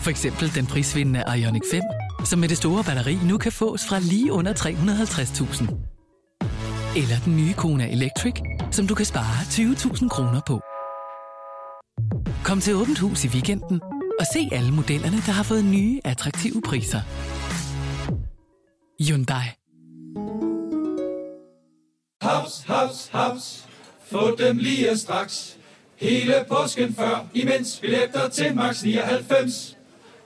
[SPEAKER 14] For eksempel den prisvindende Ioniq 5, som med det store batteri nu kan fås fra lige under 350.000. Eller den nye Kona Electric, som du kan spare 20.000 kroner på. Kom til Åbent Hus i weekenden og se alle modellerne, der har fået nye, attraktive priser. Hyundai.
[SPEAKER 7] Haps, haps, haps. Få dem lige straks. Hele påsken før, imens billetter til max 99.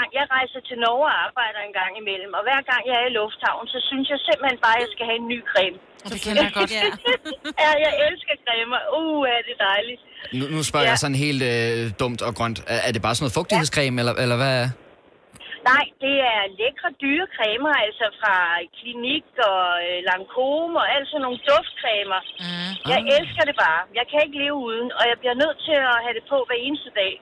[SPEAKER 11] gang jeg rejser til Norge og arbejder en gang imellem, og hver gang jeg er i lufthavnen, så synes jeg simpelthen bare, at jeg skal have en ny creme.
[SPEAKER 2] Det kender jeg godt.
[SPEAKER 11] ja. ja, jeg elsker cremer. Uh, er det dejligt.
[SPEAKER 1] Nu, nu spørger ja. jeg sådan helt øh, dumt og grønt. Er, er det bare sådan noget fugtighedscreme, ja. eller, eller hvad?
[SPEAKER 11] Nej, det er lækre dyre cremer, altså fra Klinik og øh, Lancome og alt sådan nogle duftcremer. Mm. Jeg elsker det bare. Jeg kan ikke leve uden, og jeg bliver nødt til at have det på hver eneste dag.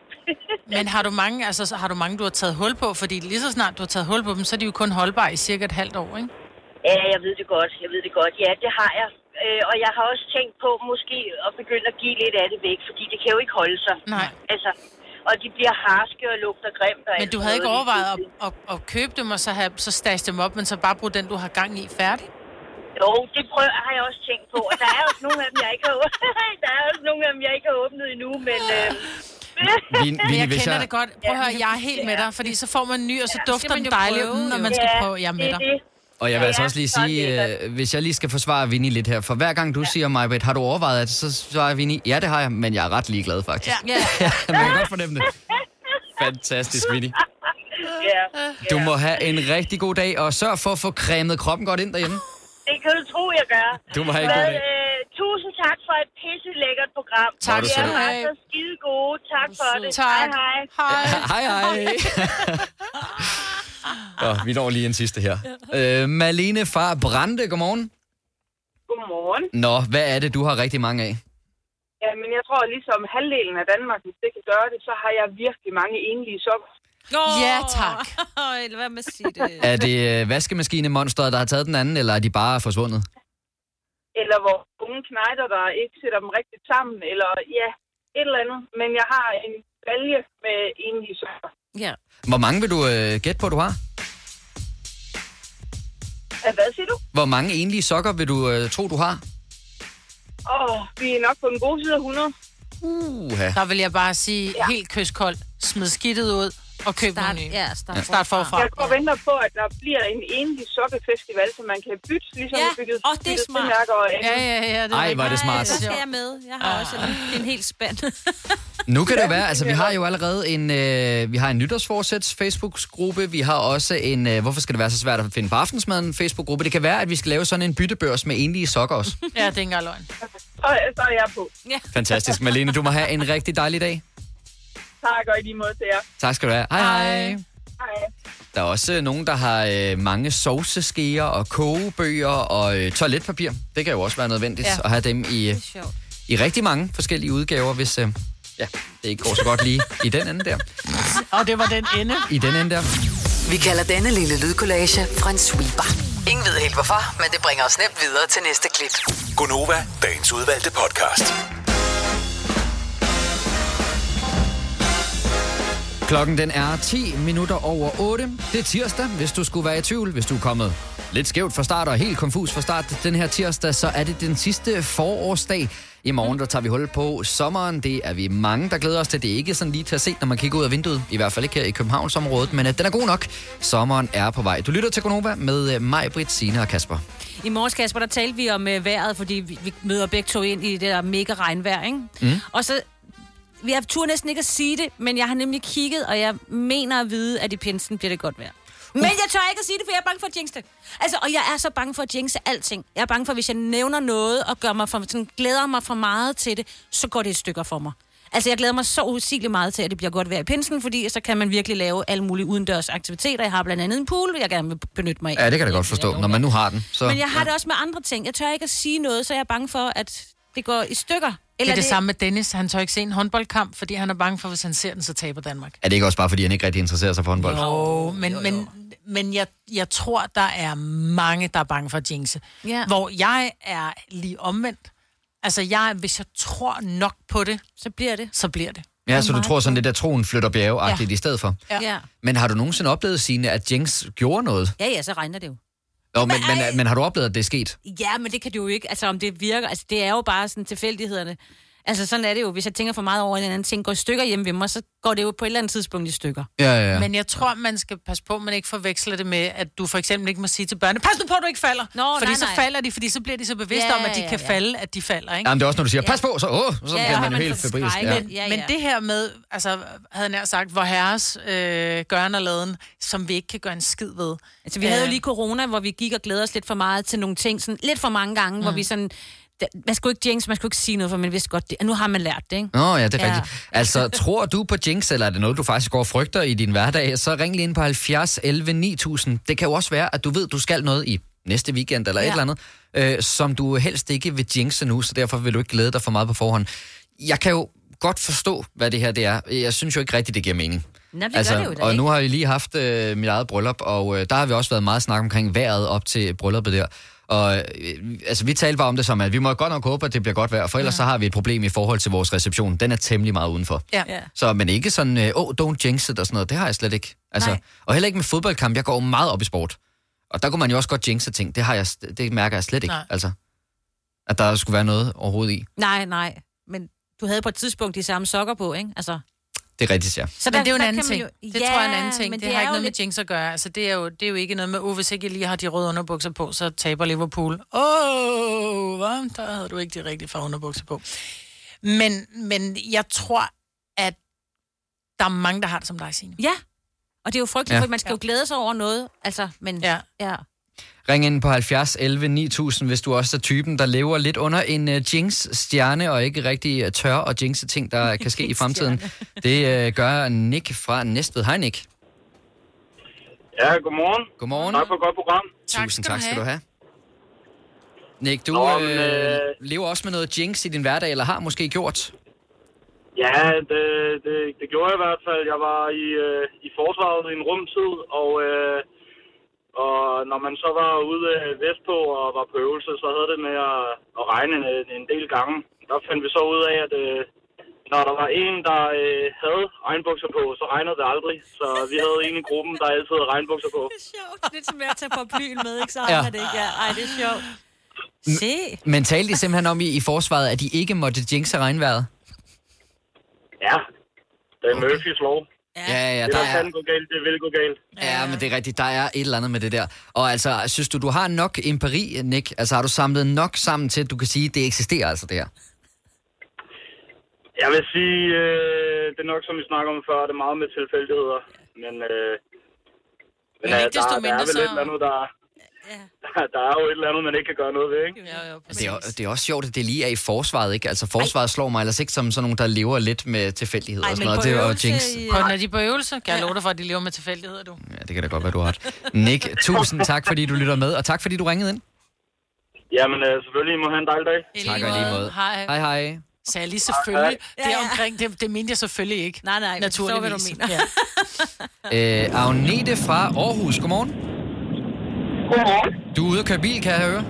[SPEAKER 2] Men har du mange, altså, så har du mange, du har taget hul på? Fordi lige så snart du har taget hul på dem, så er de jo kun holdbare i cirka et halvt år, ikke?
[SPEAKER 11] Ja, jeg ved det godt. Jeg ved det godt. Ja, det har jeg. Øh, og jeg har også tænkt på måske at begynde at give lidt af det væk, fordi det kan jo ikke holde sig.
[SPEAKER 2] Nej.
[SPEAKER 11] Altså, og de bliver harske og lugter grimt. Og
[SPEAKER 2] Men
[SPEAKER 11] alt
[SPEAKER 2] du havde
[SPEAKER 11] sådan
[SPEAKER 2] ikke
[SPEAKER 11] noget.
[SPEAKER 2] overvejet at, at, at købe dem, og så, have, så stashe dem op, men så bare bruge den, du har gang i færdig?
[SPEAKER 11] Jo, det prøver, har jeg også tænkt på. Og der er også nogle af dem, jeg ikke har, åb- der er også nogle af dem, jeg ikke har åbnet endnu, men... Øh...
[SPEAKER 1] Vin-
[SPEAKER 2] Men jeg kender det godt. Prøv at høre, jeg er helt med dig, fordi så får man en ny, og så dufter den dejligt, når man skal prøve. Jeg er med dig.
[SPEAKER 1] Og jeg vil altså også lige sige, øh, hvis jeg lige skal forsvare Vinny lidt her, for hver gang du ja. siger mig, har du overvejet det, så svarer Vinny, ja det har jeg, men jeg er ret ligeglad faktisk.
[SPEAKER 2] Ja.
[SPEAKER 1] Man kan godt fornemme det. Fantastisk, Vinny.
[SPEAKER 11] Ja,
[SPEAKER 1] Du må have en rigtig god dag, og sørg for at få cremet kroppen godt ind derhjemme.
[SPEAKER 11] det kan du tro, jeg gør.
[SPEAKER 1] Du må have en god
[SPEAKER 11] Men,
[SPEAKER 1] dag.
[SPEAKER 11] øh, Tusind tak for et pisse lækkert program.
[SPEAKER 1] Tak
[SPEAKER 11] I
[SPEAKER 1] skal
[SPEAKER 11] er
[SPEAKER 1] du have.
[SPEAKER 11] bare så skide gode. Tak for det.
[SPEAKER 2] Tak.
[SPEAKER 11] Hej,
[SPEAKER 2] hej.
[SPEAKER 1] Hej, hej. Nå, vi når lige en sidste her. Øh, Malene fra Brande, godmorgen.
[SPEAKER 15] Godmorgen.
[SPEAKER 1] Nå, hvad er det, du har rigtig mange af?
[SPEAKER 15] Jamen, jeg tror, ligesom halvdelen af Danmark, hvis det kan gøre det, så har jeg virkelig mange enlige sokker.
[SPEAKER 2] Ja, tak.
[SPEAKER 3] Eller hvad med at sige det?
[SPEAKER 1] Er det øh, vaskemaskinemonstret, der har taget den anden, eller er de bare forsvundet?
[SPEAKER 15] Eller hvor unge knejder, der ikke sætter dem rigtigt sammen, eller ja, et eller andet. Men jeg har en balje med enlige sokker.
[SPEAKER 3] Ja.
[SPEAKER 1] Hvor mange vil du øh, gætte på, du har?
[SPEAKER 15] Hvad siger du?
[SPEAKER 1] Hvor mange enlige sokker vil du øh, tro, du har?
[SPEAKER 15] Åh, oh, vi er nok på den gode side af 100.
[SPEAKER 3] Mm,
[SPEAKER 1] Uha.
[SPEAKER 2] Der vil jeg bare sige ja. helt kyskoldt, smid skidtet ud og køb start, nogle nye.
[SPEAKER 3] Ja, start,
[SPEAKER 2] ja. start forfra.
[SPEAKER 15] Jeg går og venter på, at der bliver en enlig sokkefestival, så man kan bytte, ligesom ja. vi byttede
[SPEAKER 3] og det er smart.
[SPEAKER 2] Ja, ja, ja. Det er
[SPEAKER 1] Ej,
[SPEAKER 2] rigtigt.
[SPEAKER 1] hvor er det smart.
[SPEAKER 3] Så skal jeg med. Jeg har også en, en helt spand.
[SPEAKER 1] Nu kan det være, altså vi har jo allerede en, øh, vi har en nytårsforsæts Facebook-gruppe, vi har også en, øh, hvorfor skal det være så svært at finde på aftensmaden Facebook-gruppe, det kan være, at vi skal lave sådan en byttebørs med enlige sokker også.
[SPEAKER 2] Ja, det er ikke engang løgn.
[SPEAKER 15] Så, så er jeg på.
[SPEAKER 3] Ja.
[SPEAKER 1] Fantastisk. Malene, du må have en rigtig dejlig dag.
[SPEAKER 15] Tak, og i lige måde til jer.
[SPEAKER 1] Tak skal du have. Hej hej.
[SPEAKER 15] Hej.
[SPEAKER 1] Der er også øh, nogen, der har øh, mange sovseskeer og kogebøger og øh, toiletpapir. Det kan jo også være nødvendigt
[SPEAKER 3] Ja.
[SPEAKER 1] ja. at have dem i, øh, i rigtig mange forskellige udgaver, hvis øh, ja, det ikke går så godt lige i den ende der.
[SPEAKER 2] Og det var den ende.
[SPEAKER 1] I den ende der.
[SPEAKER 4] Vi kalder denne lille lydkollage Frans sweeper.
[SPEAKER 1] Ingen ved helt hvorfor, men det bringer os nemt videre til næste klip.
[SPEAKER 10] Gunova, dagens udvalgte podcast.
[SPEAKER 1] Klokken den er 10 minutter over 8. Det er tirsdag, hvis du skulle være i tvivl, hvis du er kommet lidt skævt fra start og helt konfus fra start den her tirsdag, så er det den sidste forårsdag. I morgen der tager vi hul på sommeren. Det er vi mange, der glæder os til. Det er ikke sådan lige til at se, når man kigger ud af vinduet. I hvert fald ikke her i Københavnsområdet, men øh, den er god nok. Sommeren er på vej. Du lytter til Gonova med øh, mig, Britt, Signe og Kasper.
[SPEAKER 3] I morges, Kasper, der talte vi om øh, vejret, fordi vi, vi møder begge to ind i det der mega regnvejr, ikke?
[SPEAKER 1] Mm.
[SPEAKER 3] Og så, vi har tur næsten ikke at sige det, men jeg har nemlig kigget, og jeg mener at vide, at i pinsen bliver det godt vejr.
[SPEAKER 1] Uh.
[SPEAKER 3] Men jeg tør ikke at sige det, for jeg er bange for at jinx det. Altså, og jeg er så bange for at jinxe alting. Jeg er bange for, at hvis jeg nævner noget og gør mig for, sådan, glæder mig for meget til det, så går det i stykker for mig. Altså, jeg glæder mig så usigeligt meget til, at det bliver godt vejr i pinsen, fordi så kan man virkelig lave alle mulige udendørs aktiviteter. Jeg har blandt andet en pool, jeg gerne vil benytte mig af.
[SPEAKER 1] Ja, det kan jeg da godt forstå, når man nu har den.
[SPEAKER 3] Så,
[SPEAKER 1] Så,
[SPEAKER 3] men jeg har ja. det også med andre ting. Jeg tør ikke at sige noget, så jeg er bange for, at det går i stykker. Eller
[SPEAKER 2] Det er det, det samme med Dennis. Han tør ikke se en håndboldkamp, fordi han er bange for, hvis han ser den, så taber Danmark.
[SPEAKER 1] er det ikke også bare, fordi han ikke rigtig interesserer sig for håndbold?
[SPEAKER 2] Jo, men, men, men jeg, jeg tror, der er mange, der er bange for at jinxe.
[SPEAKER 3] Ja.
[SPEAKER 2] Hvor jeg er lige omvendt. Altså, jeg, hvis jeg tror nok på det,
[SPEAKER 3] så bliver det.
[SPEAKER 2] Så bliver det.
[SPEAKER 1] Ja, så du tror sådan lidt, at troen flytter bjergeagtigt
[SPEAKER 2] Ja.
[SPEAKER 1] i stedet for.
[SPEAKER 3] Ja. ja.
[SPEAKER 1] Men har du nogensinde oplevet, Signe, at Jinx gjorde noget?
[SPEAKER 3] Ja, ja, så regner det jo.
[SPEAKER 1] Nå, men, men, men har du oplevet, at det er sket?
[SPEAKER 3] Ja, men det kan du jo ikke. Altså, om det virker. Altså, det er jo bare sådan tilfældighederne. Altså, sådan er det jo. Hvis jeg tænker for meget over, at en anden ting går i stykker hjemme ved mig, så går det jo på et eller andet tidspunkt i stykker.
[SPEAKER 1] Ja, ja,
[SPEAKER 2] Men jeg tror, man skal passe på, at man ikke forveksler det med, at du for eksempel ikke må sige til børnene, pas nu på, at du ikke falder.
[SPEAKER 3] Nå,
[SPEAKER 2] fordi
[SPEAKER 3] nej,
[SPEAKER 2] så
[SPEAKER 3] nej.
[SPEAKER 2] falder de, fordi så bliver de så bevidste
[SPEAKER 3] Ja,
[SPEAKER 2] om, at de
[SPEAKER 3] ja,
[SPEAKER 2] kan
[SPEAKER 3] ja.
[SPEAKER 2] falde, at de falder. Ikke?
[SPEAKER 1] Jamen, det er også, når du siger, pas på, så, åh, så bliver man jo helt febrilsk. Ja.
[SPEAKER 2] Men, ja, ja. men det her med, altså, havde jeg nær sagt, hvor herres øh, gøren og laden, som vi ikke kan gøre en skid ved. Øh.
[SPEAKER 3] Altså, vi havde jo lige corona, hvor vi gik og glædede os lidt for meget til nogle ting, sådan lidt for mange gange, mm. hvor vi sådan... da- Man skulle ikke jinx, man skulle ikke sige noget, for man vidste godt det. Nu har man lært det, ikke?
[SPEAKER 1] Nå ja, det er rigtigt. Altså, tror du på Jinx, eller er det noget, du faktisk går og frygter i din hverdag, så ring lige ind på 70 11 9000. Det kan jo også være, at du ved, du skal noget i næste weekend eller ja. et
[SPEAKER 16] Ja.
[SPEAKER 1] eller andet, øh, som du helst ikke vil jinxe nu, så derfor vil du ikke glæde dig for meget på forhånd. Jeg kan jo godt forstå, hvad det her det er. Jeg synes jo ikke rigtigt, det giver mening.
[SPEAKER 3] Nå, det gør det jo da
[SPEAKER 1] Altså, og
[SPEAKER 3] ikke.
[SPEAKER 1] nu har jeg lige haft øh, mit eget bryllup, og øh, der har vi også været meget snak omkring vejret op til brylluppet der. Og øh, altså, vi talte bare om det som, at vi må godt nok håbe, at det bliver godt vejr, for ellers så har vi et problem i forhold til vores reception. Den er temmelig meget udenfor.
[SPEAKER 2] Ja. ja.
[SPEAKER 1] Så, men ikke sådan, åh, øh, oh, don't jinx it og sådan noget. Det har jeg slet ikke. Altså, og heller ikke med fodboldkamp. Jeg går jo meget op i sport. Og der kunne man jo også godt jinxe ting. Det, har jeg, det mærker jeg slet ikke.
[SPEAKER 3] Nej.
[SPEAKER 1] Altså, at der skulle være noget overhovedet i.
[SPEAKER 3] Nej, nej. Men du havde på et tidspunkt de samme sokker på, ikke? Altså,
[SPEAKER 1] Det er rigtigt, ja.
[SPEAKER 3] Så
[SPEAKER 2] Så
[SPEAKER 3] der-
[SPEAKER 2] der, men det er jo en
[SPEAKER 3] der
[SPEAKER 2] anden
[SPEAKER 3] kan man
[SPEAKER 2] ting.
[SPEAKER 3] jo-
[SPEAKER 2] Jo, det
[SPEAKER 3] Ja,
[SPEAKER 2] tror jeg er en anden ting.
[SPEAKER 3] men
[SPEAKER 2] Det,
[SPEAKER 3] det
[SPEAKER 2] det har
[SPEAKER 3] er jo
[SPEAKER 2] ikke noget
[SPEAKER 3] lidt-
[SPEAKER 2] med jinx at gøre. Altså, det er, jo, det er jo ikke noget med, oh, hvis ikke jeg lige har de røde underbukser på, så taber Liverpool. Åh, oh, hvad? Der havde du ikke de rigtige farve underbukser på. Men, men jeg tror, at der er mange, der har det som dig, Signe.
[SPEAKER 3] Ja, og det er jo frygteligt,
[SPEAKER 1] Ja.
[SPEAKER 3] ja. for man skal jo glæde sig over noget. Altså, men... Ja. ja.
[SPEAKER 1] Ring ind på 70 11 9000, hvis du også er typen, der lever lidt under en uh, jinx-stjerne, og ikke rigtig uh, tør og jinxe ting, der kan ske i fremtiden. Det uh, gør Nick fra Næstved. Hej Nick.
[SPEAKER 17] Ja, godmorgen.
[SPEAKER 1] Godmorgen.
[SPEAKER 17] Tak for et godt program.
[SPEAKER 1] Tusind tak skal du have. Nick, du
[SPEAKER 17] Nå,
[SPEAKER 1] Nå,
[SPEAKER 17] men,
[SPEAKER 1] øh,
[SPEAKER 17] øh,
[SPEAKER 1] lever også med noget jinx i din hverdag, eller har måske gjort.
[SPEAKER 17] Ja, det, det, det gjorde jeg i hvert fald. Jeg var i, øh, i forsvaret i en rum tid, og, øh, og når man så var ude øh, vestpå og var på øvelse, så havde det med at, at regne en, øh, en del gange. Der fandt vi så ud af, at øh, når der var en, der øh, havde regnbukser på, så regnede det aldrig. Så vi havde en i gruppen, der altid havde regnbukser på.
[SPEAKER 3] Lidt som at tage paraplyen med, ikke? Så
[SPEAKER 1] Ja.
[SPEAKER 3] ja. det ikke. Ja. Ej, det er sjovt. Se.
[SPEAKER 1] Men talte de simpelthen om i, i forsvaret, at de ikke måtte jinxe regnvejret?
[SPEAKER 17] Ja, det er Murphys lov.
[SPEAKER 1] Ja, ja,
[SPEAKER 17] det,
[SPEAKER 1] der
[SPEAKER 17] der
[SPEAKER 1] er-
[SPEAKER 17] kan gå galt, det vil gå galt.
[SPEAKER 1] Ja, men det er rigtigt. Der er et eller andet med det der. Og altså, synes du, du har nok empiri, Nick? Altså, har du samlet nok sammen til, at du kan sige, at det eksisterer altså det her?
[SPEAKER 17] Jeg vil sige, øh, det er nok som vi snakker om før, det er meget med tilfældigheder. Men, øh, men
[SPEAKER 2] Men
[SPEAKER 17] øh,
[SPEAKER 2] ikke
[SPEAKER 17] der,
[SPEAKER 2] desto
[SPEAKER 17] der
[SPEAKER 2] mindre,
[SPEAKER 17] er vel
[SPEAKER 2] så-
[SPEAKER 17] et eller andet, der, ja. der er jo et eller andet, man ikke kan gøre noget ved, ikke?
[SPEAKER 2] Ja, jo.
[SPEAKER 17] Altså,
[SPEAKER 1] Det er, det er også sjovt, at det lige er i forsvaret, ikke? Altså, forsvaret Ej. slår mig ellers ikke som sådan nogen, der lever lidt med tilfældighed og sådan noget. Det er jo jinx.
[SPEAKER 2] Og når de er på øvelse, kan jeg love dig for, at de lever med tilfældigheder, du.
[SPEAKER 1] Ja, det kan da godt være, du har ret. Nick, tusind tak, fordi du lytter med, og tak, fordi du ringede ind.
[SPEAKER 17] Jamen, øh, selvfølgelig, I må have en dejlig dag.
[SPEAKER 1] Tak og i lige måde.
[SPEAKER 2] Hej.
[SPEAKER 1] Hej, hej.
[SPEAKER 2] Sagde jeg lige selvfølgelig.
[SPEAKER 3] Ja,
[SPEAKER 2] Ja, ja.
[SPEAKER 3] ja.
[SPEAKER 2] Det er omkring, det, det mente jeg selvfølgelig ikke.
[SPEAKER 3] Nej, nej, jeg forstår,
[SPEAKER 2] Naturligvis.
[SPEAKER 3] hvad du mener.
[SPEAKER 2] Ja.
[SPEAKER 1] Øh, Agnete fra Aarhus, godmorgen. Godmorgen. Du er ude at køre bil, kan jeg høre.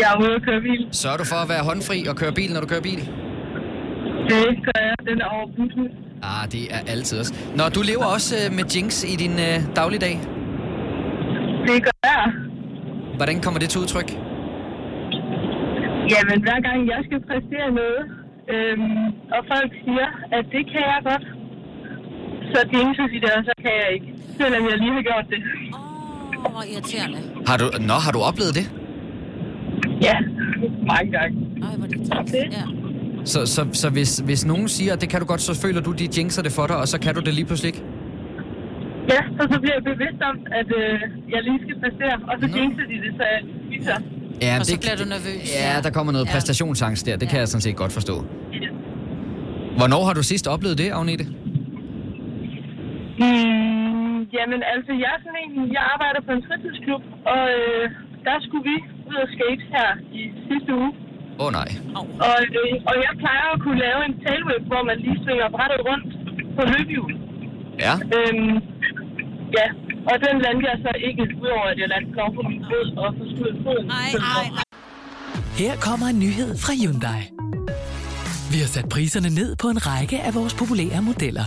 [SPEAKER 18] Jeg er ude at køre bil.
[SPEAKER 1] Sørger du for at være håndfri og køre bil, når du kører bil?
[SPEAKER 18] Det gør jeg. Den er over bussen.
[SPEAKER 1] Ah, det er altid også. Nå, du lever også øh, med Jinx i din øh, dagligdag.
[SPEAKER 18] Det gør jeg.
[SPEAKER 1] Hvordan kommer det til udtryk?
[SPEAKER 18] Jamen, hver gang jeg skal præstere noget, øhm, og folk siger, at det kan jeg godt, så det eneste siger, det, og så kan jeg ikke, selvom jeg lige har gjort det.
[SPEAKER 3] Åh, oh, irriterende.
[SPEAKER 1] Har du, nå, har du oplevet det?
[SPEAKER 18] Ja, mange gange.
[SPEAKER 3] Ej, hvor er det træls. Ja.
[SPEAKER 1] Så, så, så hvis, hvis nogen siger, at det kan du godt, så føler du, de jinxer det for dig, og så kan du det lige pludselig ikke?
[SPEAKER 18] Ja, så, så bliver jeg bevidst om, at øh, jeg lige skal præstere, og så jinxer de det, så jeg viser.
[SPEAKER 1] Ja,
[SPEAKER 18] Og så
[SPEAKER 1] det-
[SPEAKER 18] bliver du nervøs.
[SPEAKER 1] Ja, der kommer noget
[SPEAKER 18] Ja.
[SPEAKER 1] præstationsangst der. Det kan jeg sådan set godt forstå. Hvornår har du sidst oplevet det, Agnete?
[SPEAKER 18] Mm, jamen, altså, jeg er sådan en, jeg arbejder på en fritidsklub, og øh, der skulle vi ud og skate her i sidste uge.
[SPEAKER 1] Åh oh, nej.
[SPEAKER 18] Og, øh, og jeg plejer at kunne lave en tailwhip, hvor man lige svinger brættet rundt på løbehjul.
[SPEAKER 1] Ja.
[SPEAKER 18] Øhm, ja, og den landte jeg så ikke, udover at jeg landte lov på min fod og forskudte foden. Nej, nej, nej.
[SPEAKER 14] Her kommer en nyhed fra Hyundai. Vi har sat priserne ned på en række af vores populære modeller.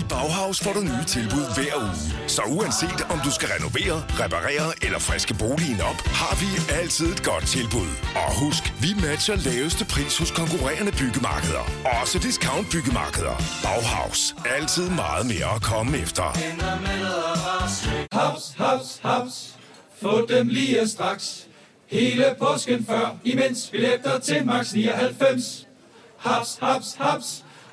[SPEAKER 10] I Bauhaus får du nye tilbud hver uge. Så uanset om du skal renovere, reparere eller friske boligen op, har vi altid et godt tilbud. Og husk, vi matcher laveste pris hos konkurrerende byggemarkeder. Også discount byggemarkeder. Bauhaus. Altid meget mere at komme efter.
[SPEAKER 7] Haps, haps, haps. Få dem lige straks. Hele påsken før, imens billetter til max 99. Haps, haps, haps.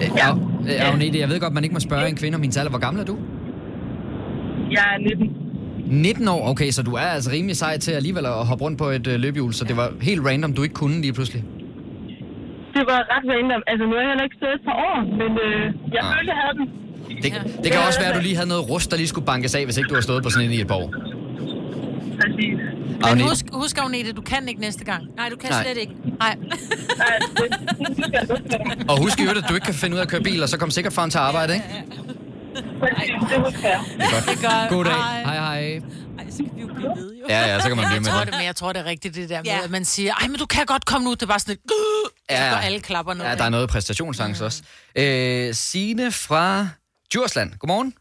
[SPEAKER 1] Ja. Ja. Øh, Agnete, jeg ved godt, man ikke må spørge en kvinde om hendes alder. Hvor gammel er du?
[SPEAKER 18] Jeg er 19.
[SPEAKER 1] 19 år? Okay, så du er altså rimelig sej til alligevel at hoppe rundt på et øh, løbehjul, så det var helt random, du ikke kunne lige pludselig.
[SPEAKER 18] Det var ret random. Altså, nu har jeg heller ikke stået et par år, men øh, jeg
[SPEAKER 1] Ah.
[SPEAKER 18] følte, jeg havde den.
[SPEAKER 1] Det, det kan også være, at du lige havde noget rust, der lige skulle bankes af, hvis ikke du har stået på sådan en i et par år.
[SPEAKER 18] Præcis.
[SPEAKER 2] Men
[SPEAKER 1] Agnete,
[SPEAKER 2] husk, husk Agnete, du kan ikke næste gang.
[SPEAKER 3] Nej, du kan
[SPEAKER 1] Nej.
[SPEAKER 3] slet ikke. Nej.
[SPEAKER 1] og husk i øvrigt, at du ikke kan finde ud af at køre bil, og så kom sikkert frem til arbejde, ikke?
[SPEAKER 18] Det husker jeg.
[SPEAKER 2] Det gør
[SPEAKER 1] God dag. Hej, hej.
[SPEAKER 3] Ej, så kan vi jo blive ved, jo.
[SPEAKER 1] Ja, ja, så kan man blive
[SPEAKER 2] Jeg
[SPEAKER 1] med
[SPEAKER 2] tror
[SPEAKER 1] det.
[SPEAKER 2] det, men jeg tror det er rigtigt, det der med, at man siger, ej, men du kan godt komme nu. Det er bare sådan et, ja. så går alle klapper ned.
[SPEAKER 1] Ja, der er noget præstationsangst mm. også. Øh, Signe fra Djursland. Godmorgen.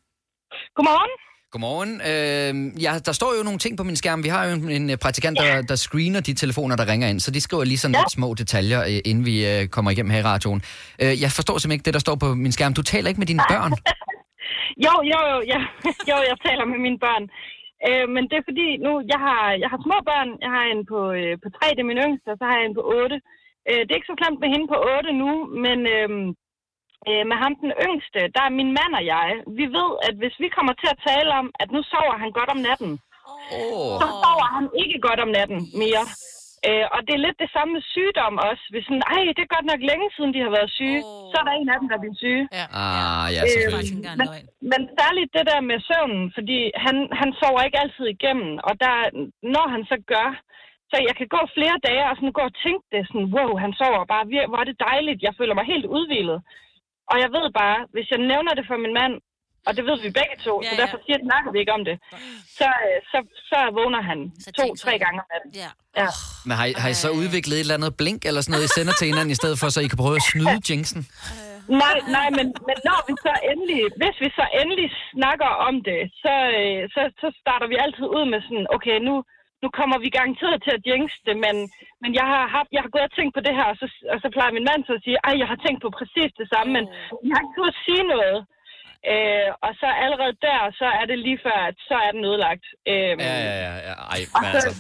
[SPEAKER 18] Godmorgen.
[SPEAKER 1] Godmorgen. Øh, ja, der står jo nogle ting på min skærm. Vi har jo en, en øh, praktikant, der, der screener de telefoner, der ringer ind, så de skriver lige sådan ja. små detaljer, øh, inden vi øh, kommer igennem her i radioen. Øh, jeg forstår simpelthen ikke det, der står på min skærm. Du taler ikke med dine børn.
[SPEAKER 18] Jo, jo, jo, ja. jo, jeg taler med mine børn. Øh, men det er fordi, nu, jeg har, jeg har små børn. Jeg har en på, øh, på 3, det er min yngste, og så har jeg en på 8. Øh, det er ikke så slemt med hende på 8 nu, men øh, øh, med ham den yngste, der er min mand og jeg. Vi ved, at hvis vi kommer til at tale om, at nu sover han godt om natten,
[SPEAKER 1] oh.
[SPEAKER 18] så sover han ikke godt om natten mere. Øh, og det er lidt det samme med sygdom også. Hvis sådan, ej, det er godt nok længe siden, de har været syge, oh. så er der en af dem, der bliver syge.
[SPEAKER 2] Ja.
[SPEAKER 1] Ah, ja,
[SPEAKER 18] Øh,
[SPEAKER 1] selvfølgelig.
[SPEAKER 18] men, men særligt det der med søvnen, fordi han, han sover ikke altid igennem, og der, når han så gør, så jeg kan gå flere dage og sådan gå og tænke det, sådan, wow, han sover bare, vir- hvor er det dejligt, jeg føler mig helt udvilet. Og jeg ved bare, hvis jeg nævner det for min mand, og det ved vi begge to, ja, så derfor siger, snakker vi ikke om det, så, øh, så, så vågner han to-tre gange om natten.
[SPEAKER 3] Ja.
[SPEAKER 18] ja.
[SPEAKER 1] Men har I, har I så udviklet et eller andet blink eller sådan noget, I sender til hinanden, i stedet for, så I kan prøve at snyde jinxen?
[SPEAKER 18] Nej, nej, men, men når vi så endelig, hvis vi så endelig snakker om det, så, øh, så, så starter vi altid ud med sådan, okay, nu, nu kommer vi garanteret til at jinx det, men, men jeg, har haft, jeg har gået og tænkt på det her, og så, og så plejer min mand så at sige, ej, jeg har tænkt på præcis det samme, men jeg har ikke kunnet sige noget. Øh, og så allerede der, så er det lige før, at så er den ødelagt. Øh,
[SPEAKER 1] Ja, ja, ja. ja. Ej,
[SPEAKER 18] Og
[SPEAKER 1] men
[SPEAKER 18] så,
[SPEAKER 1] altså.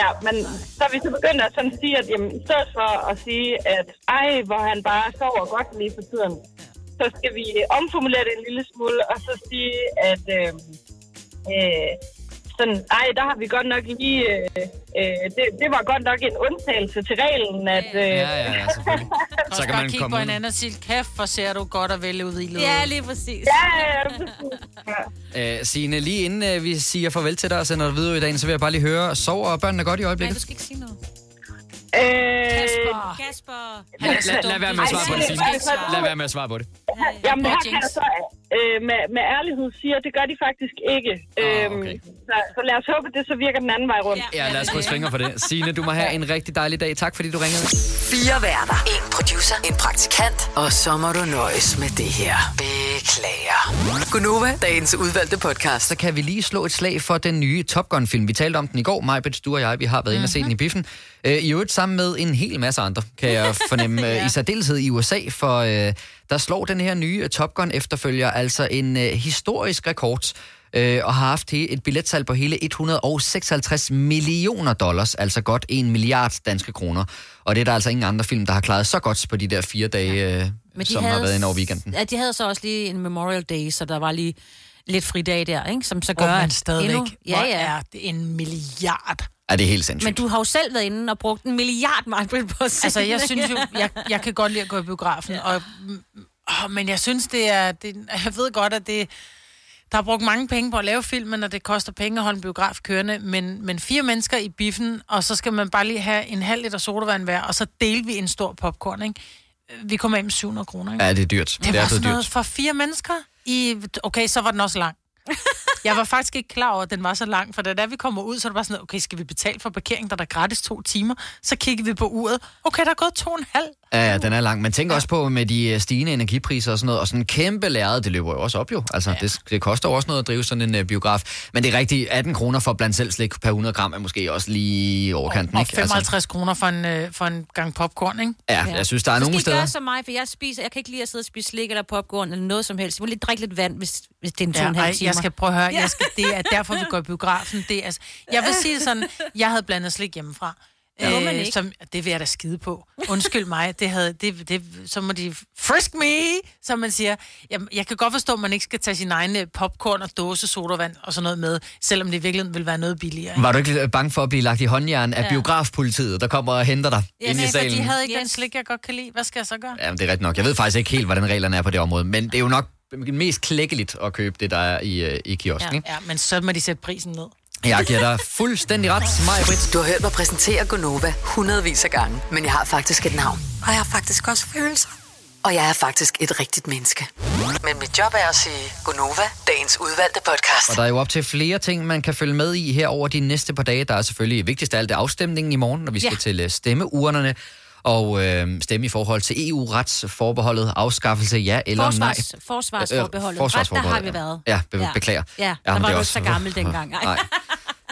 [SPEAKER 18] ja, men så er vi så begyndt at sådan sige, at jamen, i stedet for at sige, at ej, hvor han bare sover godt lige for tiden, så skal vi øh, omformulere det en lille smule, og så sige, at øh, øh, sådan, ej, der har vi godt nok lige, øh, øh, det, det var godt nok en undtagelse til reglen, at... Øh,
[SPEAKER 1] Ja, ja, ja, selvfølgelig.
[SPEAKER 2] Så kan man kigge komme på hinanden og sige, kæft, hvor ser du godt og veludvilet
[SPEAKER 3] Ja,
[SPEAKER 2] ud."
[SPEAKER 3] lige præcis.
[SPEAKER 18] Ja, ja, præcis.
[SPEAKER 1] Øh, Signe, lige inden øh, vi siger farvel til dig og sender dig videre i dagen, så vil jeg bare lige høre, sover børnene godt i
[SPEAKER 3] Nej,
[SPEAKER 1] øjeblikket?
[SPEAKER 3] du skal ikke sige noget.
[SPEAKER 18] Øh,
[SPEAKER 3] Kasper. Kasper.
[SPEAKER 1] Lad, lad, lad være med at svare på det, Signe. Lad være med at svare på det.
[SPEAKER 18] Jamen, det her
[SPEAKER 3] Jinx.
[SPEAKER 18] kan jeg så øh, med, med ærlighed sige, at det gør de faktisk ikke. Ah,
[SPEAKER 1] okay.
[SPEAKER 18] så, så lad os håbe, at det så virker den anden vej rundt.
[SPEAKER 1] Ja, lad os krydse fingre for det. Signe, du må have en rigtig dejlig dag. Tak fordi du ringede.
[SPEAKER 4] Fire værter. En producer. En praktikant. Og så må du nøjes med det her. Beklager. Gunova, dagens udvalgte podcast.
[SPEAKER 1] Så kan vi lige slå et slag for den nye Top Gun-film. Vi talte om den i går, Majbet, du og jeg, vi har været inde og set den i biffen. Øh, I øvrigt sammen med en hel masse andre, kan jeg fornemme, ja. i særdeleshed i USA, for øh, der slår den her nye øh, Top Gun-efterfølger altså en øh, historisk rekord, øh, og har haft he- et billetsal på hele 156 millioner dollars, altså godt en milliard danske kroner. Og det er der altså ingen andre film, der har klaret så godt på de der fire dage, øh, som har været inde over weekenden.
[SPEAKER 3] Ja, de havde så også lige en Memorial Day, så der var lige lidt fridag der, ikke? som så
[SPEAKER 2] Hvor
[SPEAKER 3] gør,
[SPEAKER 2] man
[SPEAKER 3] at
[SPEAKER 2] stadigvæk-
[SPEAKER 3] endnu... Ja,
[SPEAKER 2] hvor
[SPEAKER 3] ja.
[SPEAKER 2] er det en milliard?
[SPEAKER 1] Ja, det er helt sindssygt.
[SPEAKER 3] Men du har jo selv været inde og brugt en milliard markbrit på at
[SPEAKER 2] Altså, jeg synes jo, jeg, jeg kan godt lide at gå i biografen, ja. og, mm, åh, men jeg synes, det er, det, jeg ved godt, at det, der er brugt mange penge på at lave filmen, og det koster penge at holde en biograf kørende, men, men fire mennesker i biffen, og så skal man bare lige have en halv liter sodavand hver, og så deler vi en stor popcorn, ikke? Vi kommer af med 700 kroner, ikke?
[SPEAKER 1] Ja, det er dyrt.
[SPEAKER 2] Det, det
[SPEAKER 1] er
[SPEAKER 2] var
[SPEAKER 1] blevet
[SPEAKER 2] sådan
[SPEAKER 1] dyrt.
[SPEAKER 2] noget for fire mennesker i... Okay, så var den også lang. Jeg var faktisk ikke klar over, at den var så lang, for da der vi kommer ud, så er det bare sådan noget, okay, skal vi betale for parkering, der er der gratis to timer? Så kigger vi på uret. Okay, der er gået to og en halv.
[SPEAKER 1] Ja, ja, den er lang. Man tænker ja. også på med de øh, stigende energipriser og sådan noget, og sådan en kæmpe lærred, det løber jo også op jo. Altså, ja. det, det koster jo også noget at drive sådan en uh, biograf. Men det er rigtigt, 18 kroner for blandt selv slik per 100 gram er måske også lige i overkanten,
[SPEAKER 2] Og
[SPEAKER 1] ikke?
[SPEAKER 2] 55 altså. kroner for en, øh, for en gang popcorn, ikke?
[SPEAKER 1] Ja, jeg synes, der er
[SPEAKER 3] så
[SPEAKER 1] nogle
[SPEAKER 3] skal I
[SPEAKER 1] steder...
[SPEAKER 3] gøre som mig, for jeg spiser, jeg kan ikke lide at sidde og spise slik eller popcorn eller noget som helst. Jeg må lige drikke lidt vand, hvis, hvis det er en to og en
[SPEAKER 2] Ja,
[SPEAKER 3] halv
[SPEAKER 2] ej,
[SPEAKER 3] time.
[SPEAKER 2] jeg skal prøve at høre, jeg skal, det er derfor, vi går i biografen. Det er, altså, jeg vil sige det sådan, jeg havde blandet slik hjemmefra. Øh,
[SPEAKER 3] Det må man ikke.
[SPEAKER 2] som, det vil jeg da skide på. Undskyld mig, det havde, det, det, så må de frisk me, som man siger. Jamen, jeg kan godt forstå, at man ikke skal tage sin egen øh, popcorn og dåse sodavand og sådan noget med, selvom det i virkeligheden vil være noget billigere. ikke?
[SPEAKER 1] Var du ikke lidt bange for at blive lagt i håndjern af
[SPEAKER 2] Ja.
[SPEAKER 1] ja. biografpolitiet, der kommer og henter dig ja, inde i
[SPEAKER 2] nej, for
[SPEAKER 1] salen?
[SPEAKER 2] de havde ikke yes. den slik, jeg godt kan lide. Hvad skal jeg så gøre?
[SPEAKER 1] Jamen, det er rigtigt nok. Jeg ved faktisk ikke helt, hvordan reglerne er på det område, men det er jo nok mest klækkeligt at købe det, der er i, øh, i kiosken,
[SPEAKER 2] Ja,
[SPEAKER 1] ikke?
[SPEAKER 2] ja, men så må de sætte prisen ned.
[SPEAKER 1] Jeg giver dig fuldstændig ret, Maja Britt.
[SPEAKER 4] Du har hørt mig præsentere Gunova hundredvis af gange, men jeg har faktisk et navn. Og jeg har faktisk også følelser. Og jeg er faktisk et rigtigt menneske. Men mit job er at sige Gunova, dagens udvalgte podcast.
[SPEAKER 1] Og der er jo op til flere ting, man kan følge med i her over de næste par dage. Der er selvfølgelig vigtigst af alt det er afstemningen i morgen, når vi skal
[SPEAKER 4] Ja.
[SPEAKER 1] ja. til øh, stemmeurnerne og øh, stemme i forhold til EU-retsforbeholdet, afskaffelse, ja eller
[SPEAKER 3] Forsvars,
[SPEAKER 1] nej.
[SPEAKER 3] forsvarsforbeholdet.
[SPEAKER 1] Øh,
[SPEAKER 3] Ret, der har
[SPEAKER 1] forsvarsforbeholdet,
[SPEAKER 3] vi været.
[SPEAKER 1] Ja, be- beklager.
[SPEAKER 3] Ja, der
[SPEAKER 1] men
[SPEAKER 3] var
[SPEAKER 1] det
[SPEAKER 3] du
[SPEAKER 1] er
[SPEAKER 3] ikke
[SPEAKER 1] også-
[SPEAKER 3] så gammel dengang. Ej.
[SPEAKER 1] Nej.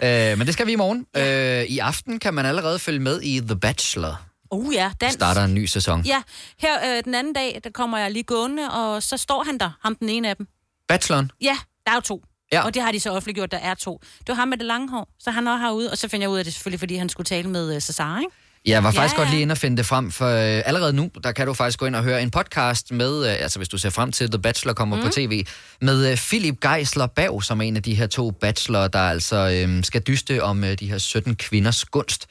[SPEAKER 1] Øh, men det skal vi i morgen. Øh, I aften kan man allerede følge med i The Bachelor.
[SPEAKER 3] Uh ja,
[SPEAKER 1] Dans.
[SPEAKER 3] dansk.
[SPEAKER 1] Starter en ny sæson.
[SPEAKER 3] Ja, her øh, den anden dag, der kommer jeg lige gående, og så står han der, ham den ene af dem.
[SPEAKER 1] Bacheloren.
[SPEAKER 3] Ja, der er jo to.
[SPEAKER 1] Ja.
[SPEAKER 3] Og det har de så offentliggjort, der er to. Det var ham med det lange hår, så han også herude, og så finder jeg ud af det selvfølgelig, fordi han skulle tale med øh, Cesar, ikke?
[SPEAKER 1] Jeg var faktisk
[SPEAKER 3] Ja,
[SPEAKER 1] ja,
[SPEAKER 3] ja.
[SPEAKER 1] godt lige inde og finde det frem, for øh, allerede nu, der kan du faktisk gå ind og høre en podcast med, øh, altså hvis du ser frem til, The Bachelor kommer mm. på
[SPEAKER 3] Mm.
[SPEAKER 1] tv, med øh, Philip Geisler Bav, som er en af de her to bachelor, der altså øh, skal dyste om øh, de her 17 kvinders gunst.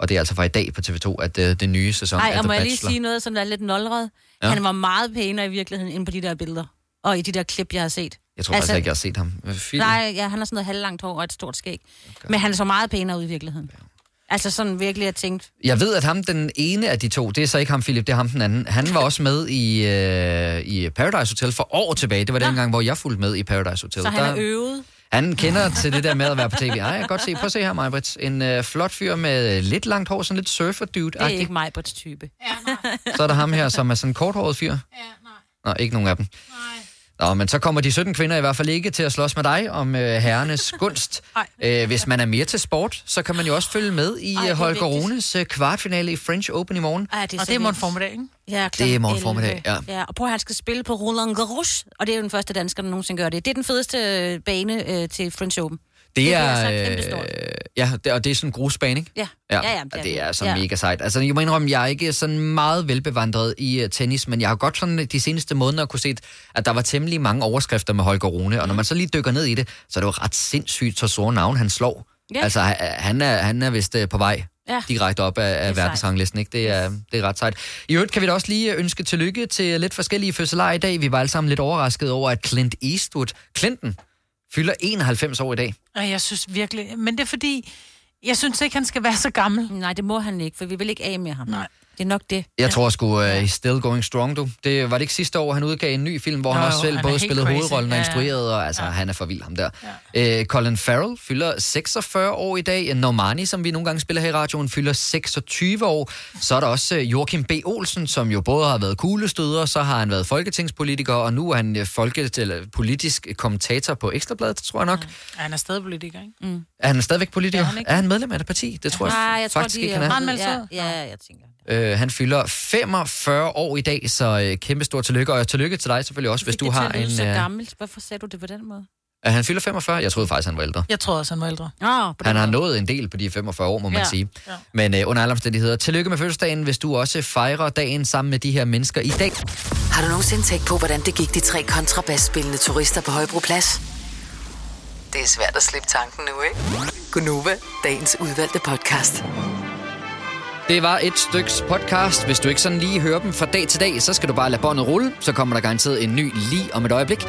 [SPEAKER 1] Og det er altså fra i dag på TV2, at øh, den nye sæson
[SPEAKER 3] Nej,
[SPEAKER 1] af
[SPEAKER 3] og
[SPEAKER 1] The
[SPEAKER 3] må jeg
[SPEAKER 1] Bachelor.
[SPEAKER 3] lige sige noget, som er lidt nolret?
[SPEAKER 1] Ja.
[SPEAKER 3] Ja. Han var meget pænere i virkeligheden, end på de der billeder. Og i de der klip, jeg har set.
[SPEAKER 1] Jeg tror altså, faktisk ikke, jeg har set ham. Øh, Philip.
[SPEAKER 3] Nej, ja, han har sådan noget halvlangt hår og et stort skæg. Okay. Men han så meget pænere ud i virkeligheden. Altså sådan virkelig, jeg tænkte,
[SPEAKER 1] Jeg ved, at ham, den ene af de to, det er så ikke ham, Philip, det er ham den anden. Han var også med i, øh, i Paradise Hotel for år tilbage. Det var den gang, hvor jeg fulgte med i Paradise Hotel.
[SPEAKER 3] så han er
[SPEAKER 1] Der-
[SPEAKER 3] øvet.
[SPEAKER 1] Han kender til det der med at være på tv. Ej, jeg kan godt se. Prøv at se her, Majbrits. En øh, flot fyr med øh, lidt langt hår, sådan lidt surfer dude
[SPEAKER 3] Det er ikke mig på type.
[SPEAKER 1] Så er der ham her, som er sådan en korthåret fyr. Ja, nej. Nå, ikke nogen af dem. Nej. Nå, men så kommer de 17 kvinder i hvert fald ikke til at slås med dig om øh, herrenes gunst. Æ, hvis man er mere til sport, så kan man jo også følge med i
[SPEAKER 2] Ej, det
[SPEAKER 1] Ej,
[SPEAKER 2] er
[SPEAKER 1] Holger
[SPEAKER 2] vigtigt.
[SPEAKER 1] Runes øh, kvartfinale i French Open i morgen.
[SPEAKER 3] Ej, det er
[SPEAKER 2] Og
[SPEAKER 3] så
[SPEAKER 2] det er i morgen
[SPEAKER 3] vildt.
[SPEAKER 2] formiddag, ikke?
[SPEAKER 3] Ja,
[SPEAKER 1] Det er i morgen
[SPEAKER 3] klokken
[SPEAKER 1] formiddag,
[SPEAKER 3] 11. ja. Og prøv at han skal spille på Roland Garros, og det er jo den første dansker, der nogensinde gør det. Det er den fedeste øh, bane øh, til French Open.
[SPEAKER 1] Det er,
[SPEAKER 3] altså
[SPEAKER 1] øh, ja, det, og det er sådan en grusbane, ikke?
[SPEAKER 3] Ja.
[SPEAKER 1] Ja,
[SPEAKER 3] Ja, ja,
[SPEAKER 1] det er, det er så
[SPEAKER 3] Ja.
[SPEAKER 1] ja. mega sejt. Altså, jeg må indrømme, jeg er ikke sådan meget velbevandret i uh, tennis, men jeg har godt sådan de seneste måneder kunne se, at der var temmelig mange overskrifter med Holger Rune, og når man så lige dykker ned i det, så er det jo ret sindssygt, så store navn han slår.
[SPEAKER 3] Ja.
[SPEAKER 1] Ja. Altså, ha- han er, han er vist øh, på vej
[SPEAKER 3] Ja.
[SPEAKER 1] ja. direkte op af, af verdensranglisten, ikke? Det er, det er ret sejt. I øvrigt kan vi da også lige øh, ønske tillykke til lidt forskellige fødselarer i dag. Vi var alle sammen lidt overrasket over, at Clint Eastwood, Clinton, fylder 91 år i dag.
[SPEAKER 2] Og jeg synes virkelig... Men det er fordi, jeg synes ikke, han skal være så gammel.
[SPEAKER 3] Nej, det må han ikke, for vi vil ikke af med ham.
[SPEAKER 2] Nej.
[SPEAKER 3] Det er nok det.
[SPEAKER 1] Jeg tror sgu, uh, he's still going strong, du. Det var det ikke sidste år, han udgav en ny film, hvor
[SPEAKER 3] Jo,
[SPEAKER 1] han
[SPEAKER 3] jo,
[SPEAKER 1] også selv
[SPEAKER 3] han er
[SPEAKER 1] både
[SPEAKER 3] helt
[SPEAKER 1] spillede
[SPEAKER 3] crazy.
[SPEAKER 1] hovedrollen og
[SPEAKER 3] Ja, ja.
[SPEAKER 1] instruerede, og altså,
[SPEAKER 3] Ja.
[SPEAKER 1] han er for vild ham der. Ja. Uh, Colin Farrell fylder 46 år i dag. Normani, som vi nogle gange spiller her i radioen, fylder 26 år. Så er der også uh, Joachim B. Olsen, som jo både har været kuglestøder, så har han været folketingspolitiker, og nu er han uh, folke, eller politisk kommentator på Ekstrabladet, tror jeg nok. Mm.
[SPEAKER 2] Ja, han er stadig politiker, ikke?
[SPEAKER 3] Mm.
[SPEAKER 1] Er han stadigvæk politiker?
[SPEAKER 2] Er
[SPEAKER 1] Er
[SPEAKER 2] han
[SPEAKER 1] han,
[SPEAKER 2] ikke?
[SPEAKER 1] er han medlem af et parti? Det tror
[SPEAKER 3] Nej,
[SPEAKER 1] jeg,
[SPEAKER 3] jeg tror,
[SPEAKER 1] faktisk
[SPEAKER 3] de
[SPEAKER 1] ikke, han
[SPEAKER 3] øh,
[SPEAKER 1] er.
[SPEAKER 3] ja, ja, jeg tænker.
[SPEAKER 1] Øh, han fylder 45 år i dag, så øh, kæmpe stor tillykke. Og tillykke til dig selvfølgelig også, hvis du
[SPEAKER 3] det
[SPEAKER 1] har
[SPEAKER 3] til at lyde
[SPEAKER 1] en...
[SPEAKER 3] så
[SPEAKER 1] øh,
[SPEAKER 3] gammelt. Hvorfor sagde du det på den måde?
[SPEAKER 1] er han fylder 45? Jeg troede faktisk, han var ældre.
[SPEAKER 2] Jeg tror også, han var ældre.
[SPEAKER 3] Åh,
[SPEAKER 1] Han har nået en del på de 45 år, må man
[SPEAKER 2] Ja,
[SPEAKER 1] sige. Men øh, under alle omstændigheder, tillykke med fødselsdagen, hvis du også fejrer dagen sammen med de her mennesker i dag.
[SPEAKER 4] Har du nogensinde tænkt på, hvordan det gik de tre kontrabasspillende turister på Højbroplads? Det er svært at slippe tanken nu, ikke? Gunova, dagens udvalgte podcast.
[SPEAKER 1] Det var et styks podcast. Hvis du ikke sådan lige hører dem fra dag til dag, så skal du bare lade båndet rulle. Så kommer der garanteret en ny lige om et øjeblik.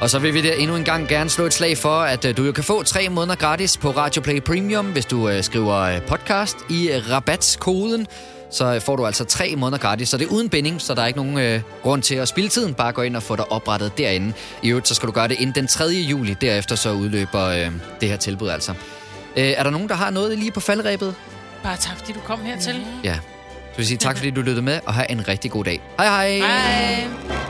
[SPEAKER 1] Og så vil vi der endnu en gang gerne slå et slag for, at øh, du jo kan få tre måneder gratis på Radio Play Premium, hvis du øh, skriver øh, podcast i øh, rabatskoden. Så øh, får du altså tre måneder gratis, så det er uden binding, så der er ikke nogen øh, grund til at spille tiden. Bare gå ind og få dig oprettet derinde. I øvrigt, så skal du gøre det inden den 3. juli. Derefter så udløber øh, det her tilbud altså. Øh, er der nogen, der har noget lige på faldrebet?
[SPEAKER 2] Bare tak, fordi du kom hertil.
[SPEAKER 1] Ja. Så vil jeg sige tak, fordi du lyttede med, og have en rigtig god dag. Hej hej.
[SPEAKER 2] Hej.